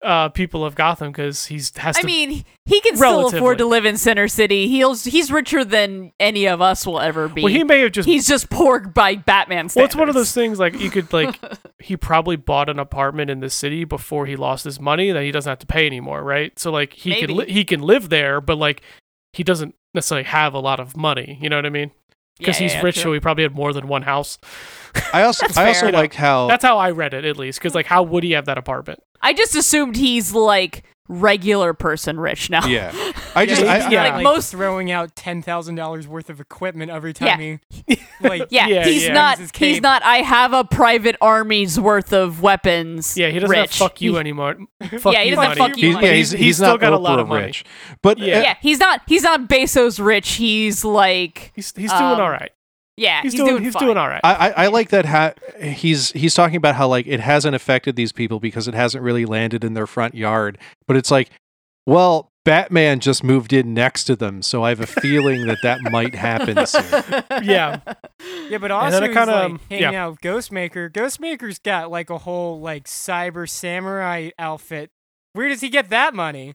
C: uh, people of Gotham because he's has
D: I
C: to.
D: mean, he can still afford
C: Relatively.
D: to live in Center City. He's he's richer than any of us will ever be.
C: well, he may have just.
D: he's just poor by Batman standards.
C: well, it's one of those things like you could like he probably bought an apartment in the city before he lost his money that he doesn't have to pay anymore, right? So like he
D: Maybe.
C: can li- he can live there, but like he doesn't necessarily have a lot of money. You know what I mean? Because
D: Yeah,
C: he's
D: yeah, yeah,
C: rich,
D: true.
C: so he probably had more than one house.
B: I also I also
D: fair.
B: like how
C: That's how I read it, at least. Because like, how would he have that apartment?
D: I just assumed he's like regular person rich now.
B: yeah. I just
E: yeah,
B: I,
E: he's not,
C: yeah.
E: like,
D: Like, most-
E: throwing out ten thousand dollars worth of equipment every time he like
D: Yeah,
C: Yeah,
D: he's
C: yeah.
D: not.
E: Uses
D: He's
E: cape.
D: not. I have a private army's worth of weapons.
C: Yeah, he doesn't
D: rich.
C: have fuck you
D: He-
C: anymore. Fuck
D: Yeah, he doesn't
C: you money.
D: have fuck you
B: he's,
D: money.
B: yeah, he's,
C: He's-
B: he's,
C: he's
B: not
C: still got a lot
B: Oprah
C: of money.
B: rich, but
C: Yeah.
D: yeah, he's not. He's not Bezos rich. He's like,
C: He's, he's doing
D: Um,
C: all right.
D: yeah,
C: He's, doing, he's doing
D: fine.
C: all right.
B: I, I, I like that ha- he's he's talking about how like it hasn't affected these people because it hasn't really landed in their front yard. But it's like, well, Batman just moved in next to them, so I have a feeling that that might happen soon.
C: yeah,
E: Yeah, but
C: And
E: also
C: then it
E: he's
C: kinda,
E: like
C: um,
E: hanging out with Ghostmaker. Ghostmaker's got like a whole like cyber samurai outfit. Where does he get that money?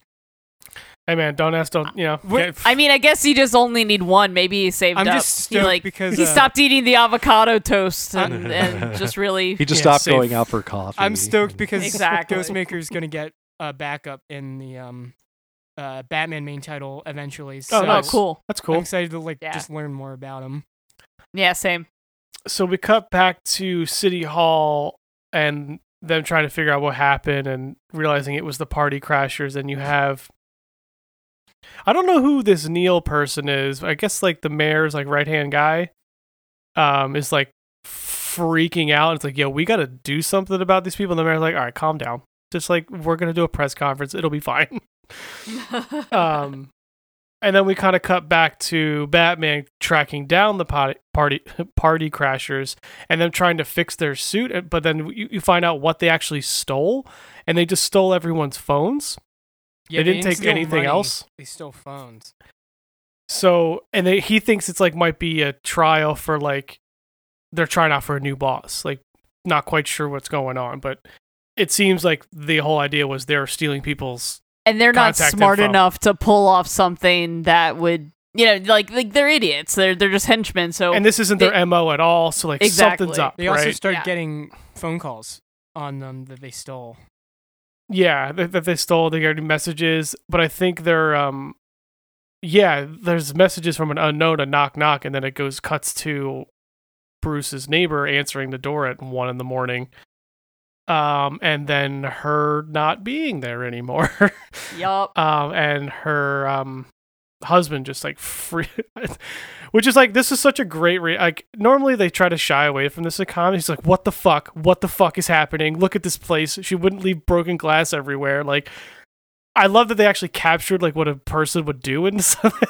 C: hey man, don't ask, don't you know?
E: Wait,
C: get-
D: I mean, I guess you just only need one. Maybe he saved
E: I'm
D: up.
E: just
D: he
E: stoked
D: like
E: because,
D: he
E: uh,
D: stopped eating the avocado toast and,
B: I-
D: and just really.
B: He just
C: Yeah,
B: stopped
C: safe.
B: going out for coffee.
E: I'm stoked because
D: Exactly.
E: Ghostmaker's gonna get a backup in the um uh Batman main title eventually. So
C: Oh,
D: oh,
C: nice.
D: cool.
C: that's
E: I'm
C: cool.
E: excited to like
D: Yeah.
E: just learn more about him.
D: Yeah, same.
C: So we cut back to City Hall and them trying to figure out what happened and realizing it was the party crashers. And you have, I don't know who this Neil person is. I guess like the mayor's like right hand guy, um, is like freaking out. It's like, yo, we got to do something about these people. And the mayor's like, all right, calm down. Just like we're gonna do a press conference. It'll be fine. um, and then we kind of cut back to Batman tracking down the party party, party crashers and them trying to fix their suit. uh, But then you, you find out what they actually stole, and they just stole everyone's phones. They didn't take
E: steal
C: anything
E: money,
C: else?
E: They stole phones.
C: So, and they, he thinks it's like might be a trial for like they're trying out for a new boss. Like, not quite sure what's going on, but it seems like the whole idea was they're stealing people's.
D: and they're not
C: contact
D: smart
C: info.
D: enough to pull off something that would, you know, like like they're idiots. They're they're just henchmen. So
C: And this isn't their mo at all. So like something's
D: Exactly.
C: up,
E: They also
C: right?
E: start
D: Yeah.
E: getting phone calls on them that they stole.
C: yeah that, that they stole they got messages but i think they're um yeah there's messages from an unknown a knock knock and then it goes cuts to bruce's neighbor answering the door at one in the morning um and then her not being there anymore
D: yup.
C: um, and her um, husband just like free, which is like this is such a great re- like normally they try to shy away from this economy. He's like, what the fuck? What the fuck is happening? Look at this place. She wouldn't leave broken glass everywhere. Like, I love that they actually captured like what a person would do and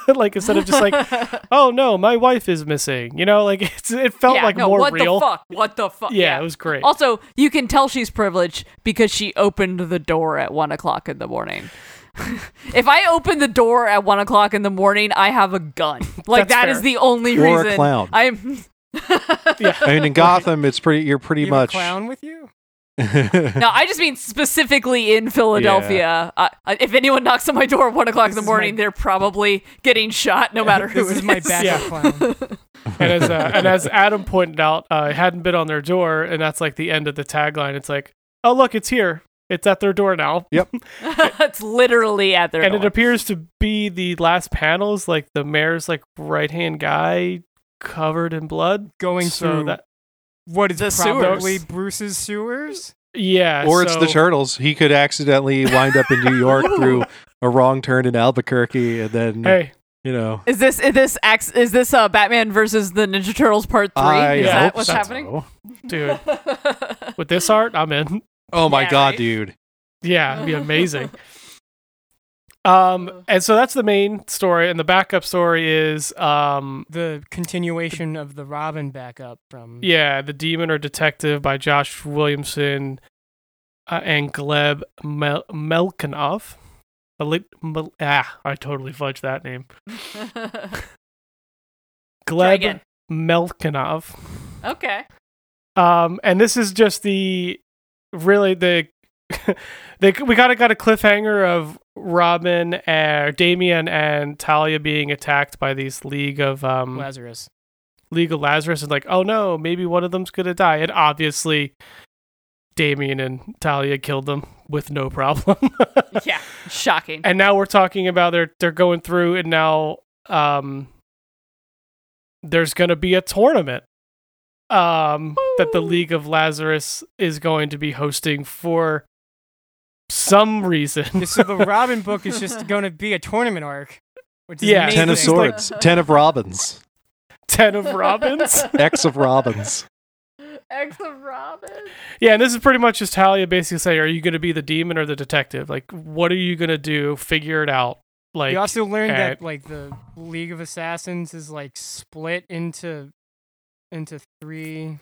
C: like instead of just like, oh no, my wife is missing. You know, like it's, it felt
D: Yeah,
C: like
D: no,
C: more
D: what
C: real.
D: the fuck? What the fuck?
C: Yeah, it was great.
D: Also, you can tell she's privileged because she opened the door at one o'clock in the morning. if I open the door at one o'clock in the morning, I have a gun. Like
C: That's
D: that is
C: fair.
D: the only
B: Or a
D: reason.
B: clown.
D: I'm
B: I mean, in Gotham, it's pretty. You're pretty
E: You have a
B: much.
E: clown with you?
D: no, I just mean specifically in Philadelphia. Uh, if anyone knocks on my door at one o'clock in
E: This
D: the
E: is my-
D: morning, they're probably getting shot, no matter who
E: this
D: it
E: is my
C: Yeah.
E: backup clown.
C: and as uh, and as Adam pointed out, uh, it hadn't been on their door, and that's like the end of the tagline. It's like, oh look, it's here. It's at their door now.
B: Yep.
D: it's literally at their
C: and it
D: door.
C: appears to be the last panels, like the mayor's like right hand guy covered in blood.
E: Going
C: So
E: through
C: that
E: what is
D: The
E: probably
D: sewers.
E: Bruce's sewers.
C: yeah,
B: or it's the
C: uh, so-
B: turtles. He could accidentally wind up in New York through a wrong turn in Albuquerque, and then
C: Hey,
B: you know.
D: is this is this ax- is this uh, Batman versus the Ninja Turtles Part Three?
B: I
D: is
C: Yeah.
D: that
B: hope
D: what's
B: so.
D: happening?
C: dude, with this art, I'm in.
B: Oh my
D: Yeah,
B: god,
D: right?
B: dude!
C: Yeah, it'd be amazing. Um, and so that's the main story, and the backup story is um,
E: The continuation of the Robin backup from
C: Yeah, The Demon or Detective by Josh Williamson uh, and Gleb Mel- Melkinov. Mel- Mel- ah, I totally fudged that name.
D: Try
C: Gleb
D: again.
C: Melkinov.
D: Okay.
C: Um, and this is just the really the they we kind of got a cliffhanger of Robin, uh, Damien, and Talia being attacked by these League of um,
E: Lazarus.
C: League of Lazarus, and like, oh no, maybe one of them's gonna die, and obviously. Damien and Talia killed them with no problem.
D: yeah, shocking.
C: and now we're talking about they're they're going through and now um there's going to be a tournament um that the League of Lazarus is going to be hosting for some reason.
E: so the Robin book is just going to be a tournament arc, which is
C: Yeah.
E: amazing.
B: Ten of swords, ten of robins,
C: 10 of Robins.
B: X of robins.
D: X of Robin.
C: Yeah, and this is pretty much just Talia basically saying, are you going to be the demon or the detective? Like what are you going to do? Figure it out. Like
E: you also learned that
C: uh,
E: like the League of Assassins is like split into into three.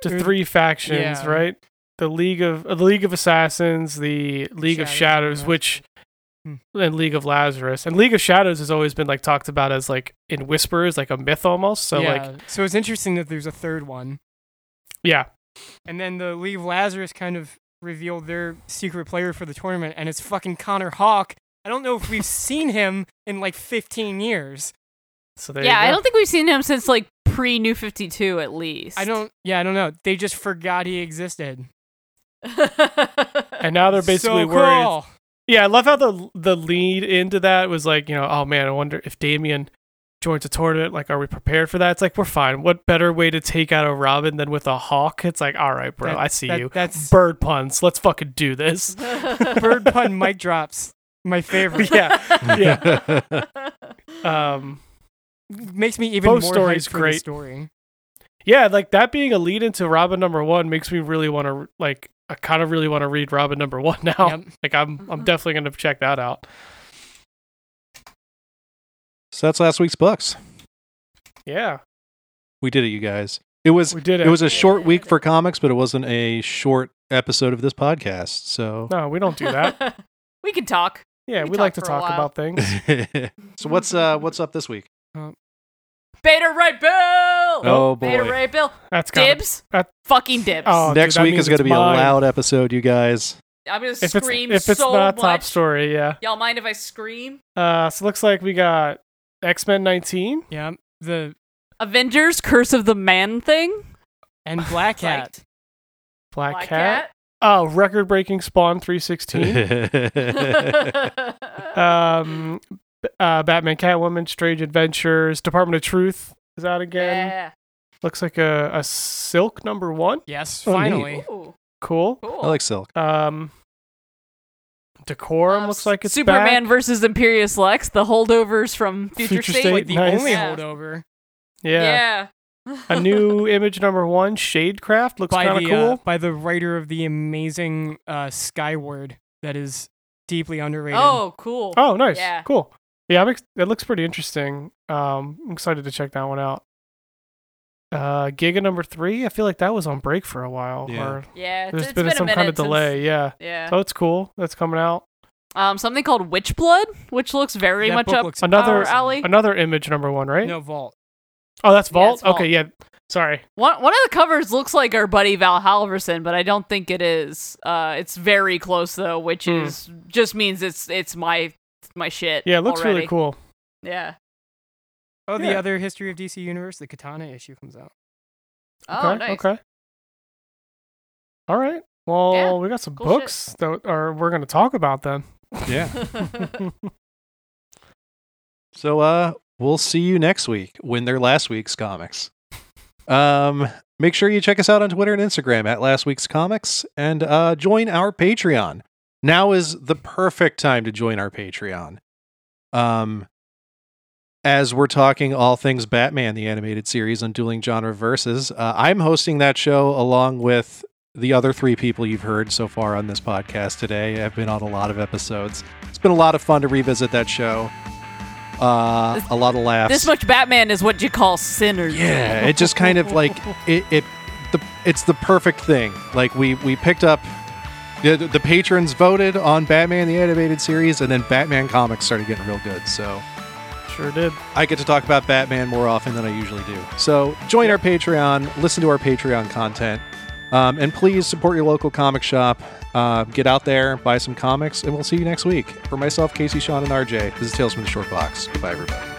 C: to three factions,
E: Yeah.
C: right? The League of uh, the League of Assassins, the League of
E: Shadows,
C: Shadows,
E: yeah.
C: which
E: Hmm.
C: and League of Lazarus. And League of Shadows has always been like talked about as like in whispers, like a myth almost. So like
E: Yeah. so it's interesting that there's a third one,
C: yeah.
E: and then the League of Lazarus kind of revealed their secret player for the tournament, and it's fucking Connor Hawk. I don't know if we've seen him in like 15 years.
C: So there
D: yeah,
C: you
D: I
C: go.
D: don't think we've seen him since like pre New Fifty Two at least.
E: I don't. Yeah, I don't know. They just forgot he existed.
C: and now they're basically
E: so
C: worried.
E: cool.
C: Yeah, I love how the the lead into that was like, you know, oh man, I wonder if Damien joins a tournament, like are we prepared for that? It's like we're fine. What better way to take out a Robin than with a hawk? It's like, all right, bro,
E: That-
C: I see
E: that-
C: you.
E: That's
C: Bird puns. Let's fucking do this.
E: bird pun mic drops. My favorite.
C: yeah. Yeah. Um
E: Makes me even
C: Post
E: more
C: story's
E: hyped for the
C: great.
E: story.
C: yeah, like that being a lead into Robin number 1 makes me really want to like I kind of really want to read Robin number 1 now.
E: Yep.
C: Like I'm
D: Mm-hmm.
C: I'm definitely going to check that out.
B: So that's last week's books.
C: Yeah.
B: We did it, you guys. It was
C: We did it.
B: it was a short week for comics, but it wasn't a short episode of this podcast. So
C: no, we don't do that.
D: we can talk.
C: Yeah,
D: We
C: we, like to
D: talked for a while.
C: talk about things.
B: so what's uh what's up this week?
D: Beta Ray Bill.
B: Oh,
D: Beta
B: boy.
D: Ray Bill.
C: That's got
D: Dibs.
C: that-
D: Fucking dibs.
C: Oh, dude,
B: Next
C: that
B: week
C: means
B: is going
C: it's
B: to be
C: mine.
B: a loud episode, you guys.
D: I'm gonna
C: if it's
D: scream
C: if it's
D: so
C: not
D: much.
C: top story, yeah.
D: Y'all mind if I scream?
C: Uh, so looks like we got X Men 19.
E: Yeah. The
D: Avengers: Curse of the Man Thing.
E: and Black Cat.
D: Psyched.
C: Black, Cat. Oh, record breaking Spawn 316. um, b- uh, Batman, Catwoman, Strange Adventures, Department of Truth is out again.
D: yeah.
C: Looks like a, a Silk number one.
E: Yes,
B: Oh, neat.
E: finally.
D: Ooh,
C: Cool.
D: cool.
B: I like silk.
C: Um, Decorum
D: Um,
C: looks like it's
D: Superman
C: back.
D: versus Imperious Lex, the holdovers from Future,
C: Future
D: State.
C: State.
E: Like the
C: Nice.
E: only
D: Yeah.
E: holdover
C: Yeah. a new image number one, Shadecraft looks
E: by
C: kind of
E: the uh,
C: cool.
E: by the writer of the amazing uh, Skyward that is deeply underrated.
D: oh, cool.
C: oh, nice.
D: yeah.
C: Cool. Yeah, I'm ex- it looks pretty interesting. Um, I'm excited to check that one out. Uh, Giga number three. I feel like that was on break for a while.
B: Yeah.
C: Or
D: Yeah, it's,
C: there's
D: it's
C: been,
D: been
C: some
D: a minute
C: kind of
D: since-
C: delay. Oh. Yeah.
D: yeah.
C: So it's cool. That's coming out.
D: Um, something called Witch Blood, which looks very
E: That
D: much
E: book
D: up
E: looks
C: Another-
D: our alley.
C: Another image number one, right?
E: No vault.
C: Oh, that's
D: Yeah,
C: Vault.
D: it's Vault.
C: Okay, yeah. Sorry.
D: One one of the covers looks like our buddy Val Halverson, but I don't think it is. Uh, it's very close though, which
C: Hmm.
D: is just means it's it's my my shit.
C: Yeah, it looks
D: already.
C: really cool.
D: Yeah.
E: Oh, the
C: Yeah.
E: other history of DC Universe, the Katana issue comes out.
D: Oh,
C: okay.
D: nice.
C: Okay. All right. Well,
D: Yeah,
C: we got some
D: cool shit.
C: books that are we're going to talk about then.
B: Yeah. So uh we'll see you next week when they're last week's comics. Um make sure you check us out on Twitter and Instagram at last week's comics and uh join our Patreon. Now is the perfect time to join our Patreon. Um as we're talking all things Batman the animated series on Dueling Genre Versus, uh, I'm hosting that show along with the other three people you've heard so far on this podcast today. I've been on a lot of episodes. It's been a lot of fun to revisit that show. Uh, a lot of laughs.
D: this much Batman is what you call sinners.
B: Yeah, it just kind of like it. it the, it's the perfect thing. Like we we picked up the, the patrons voted on Batman the animated series, and then Batman comics started getting real good. So
C: Sure did.
B: I get to talk about Batman more often than I usually do. So join our Patreon, listen to our Patreon content. Um, and please support your local comic shop. Uh, get out there, buy some comics, and we'll see you next week. For myself, Casey, Sean, and RJ, this is Tales from the Short Box. Goodbye, everybody.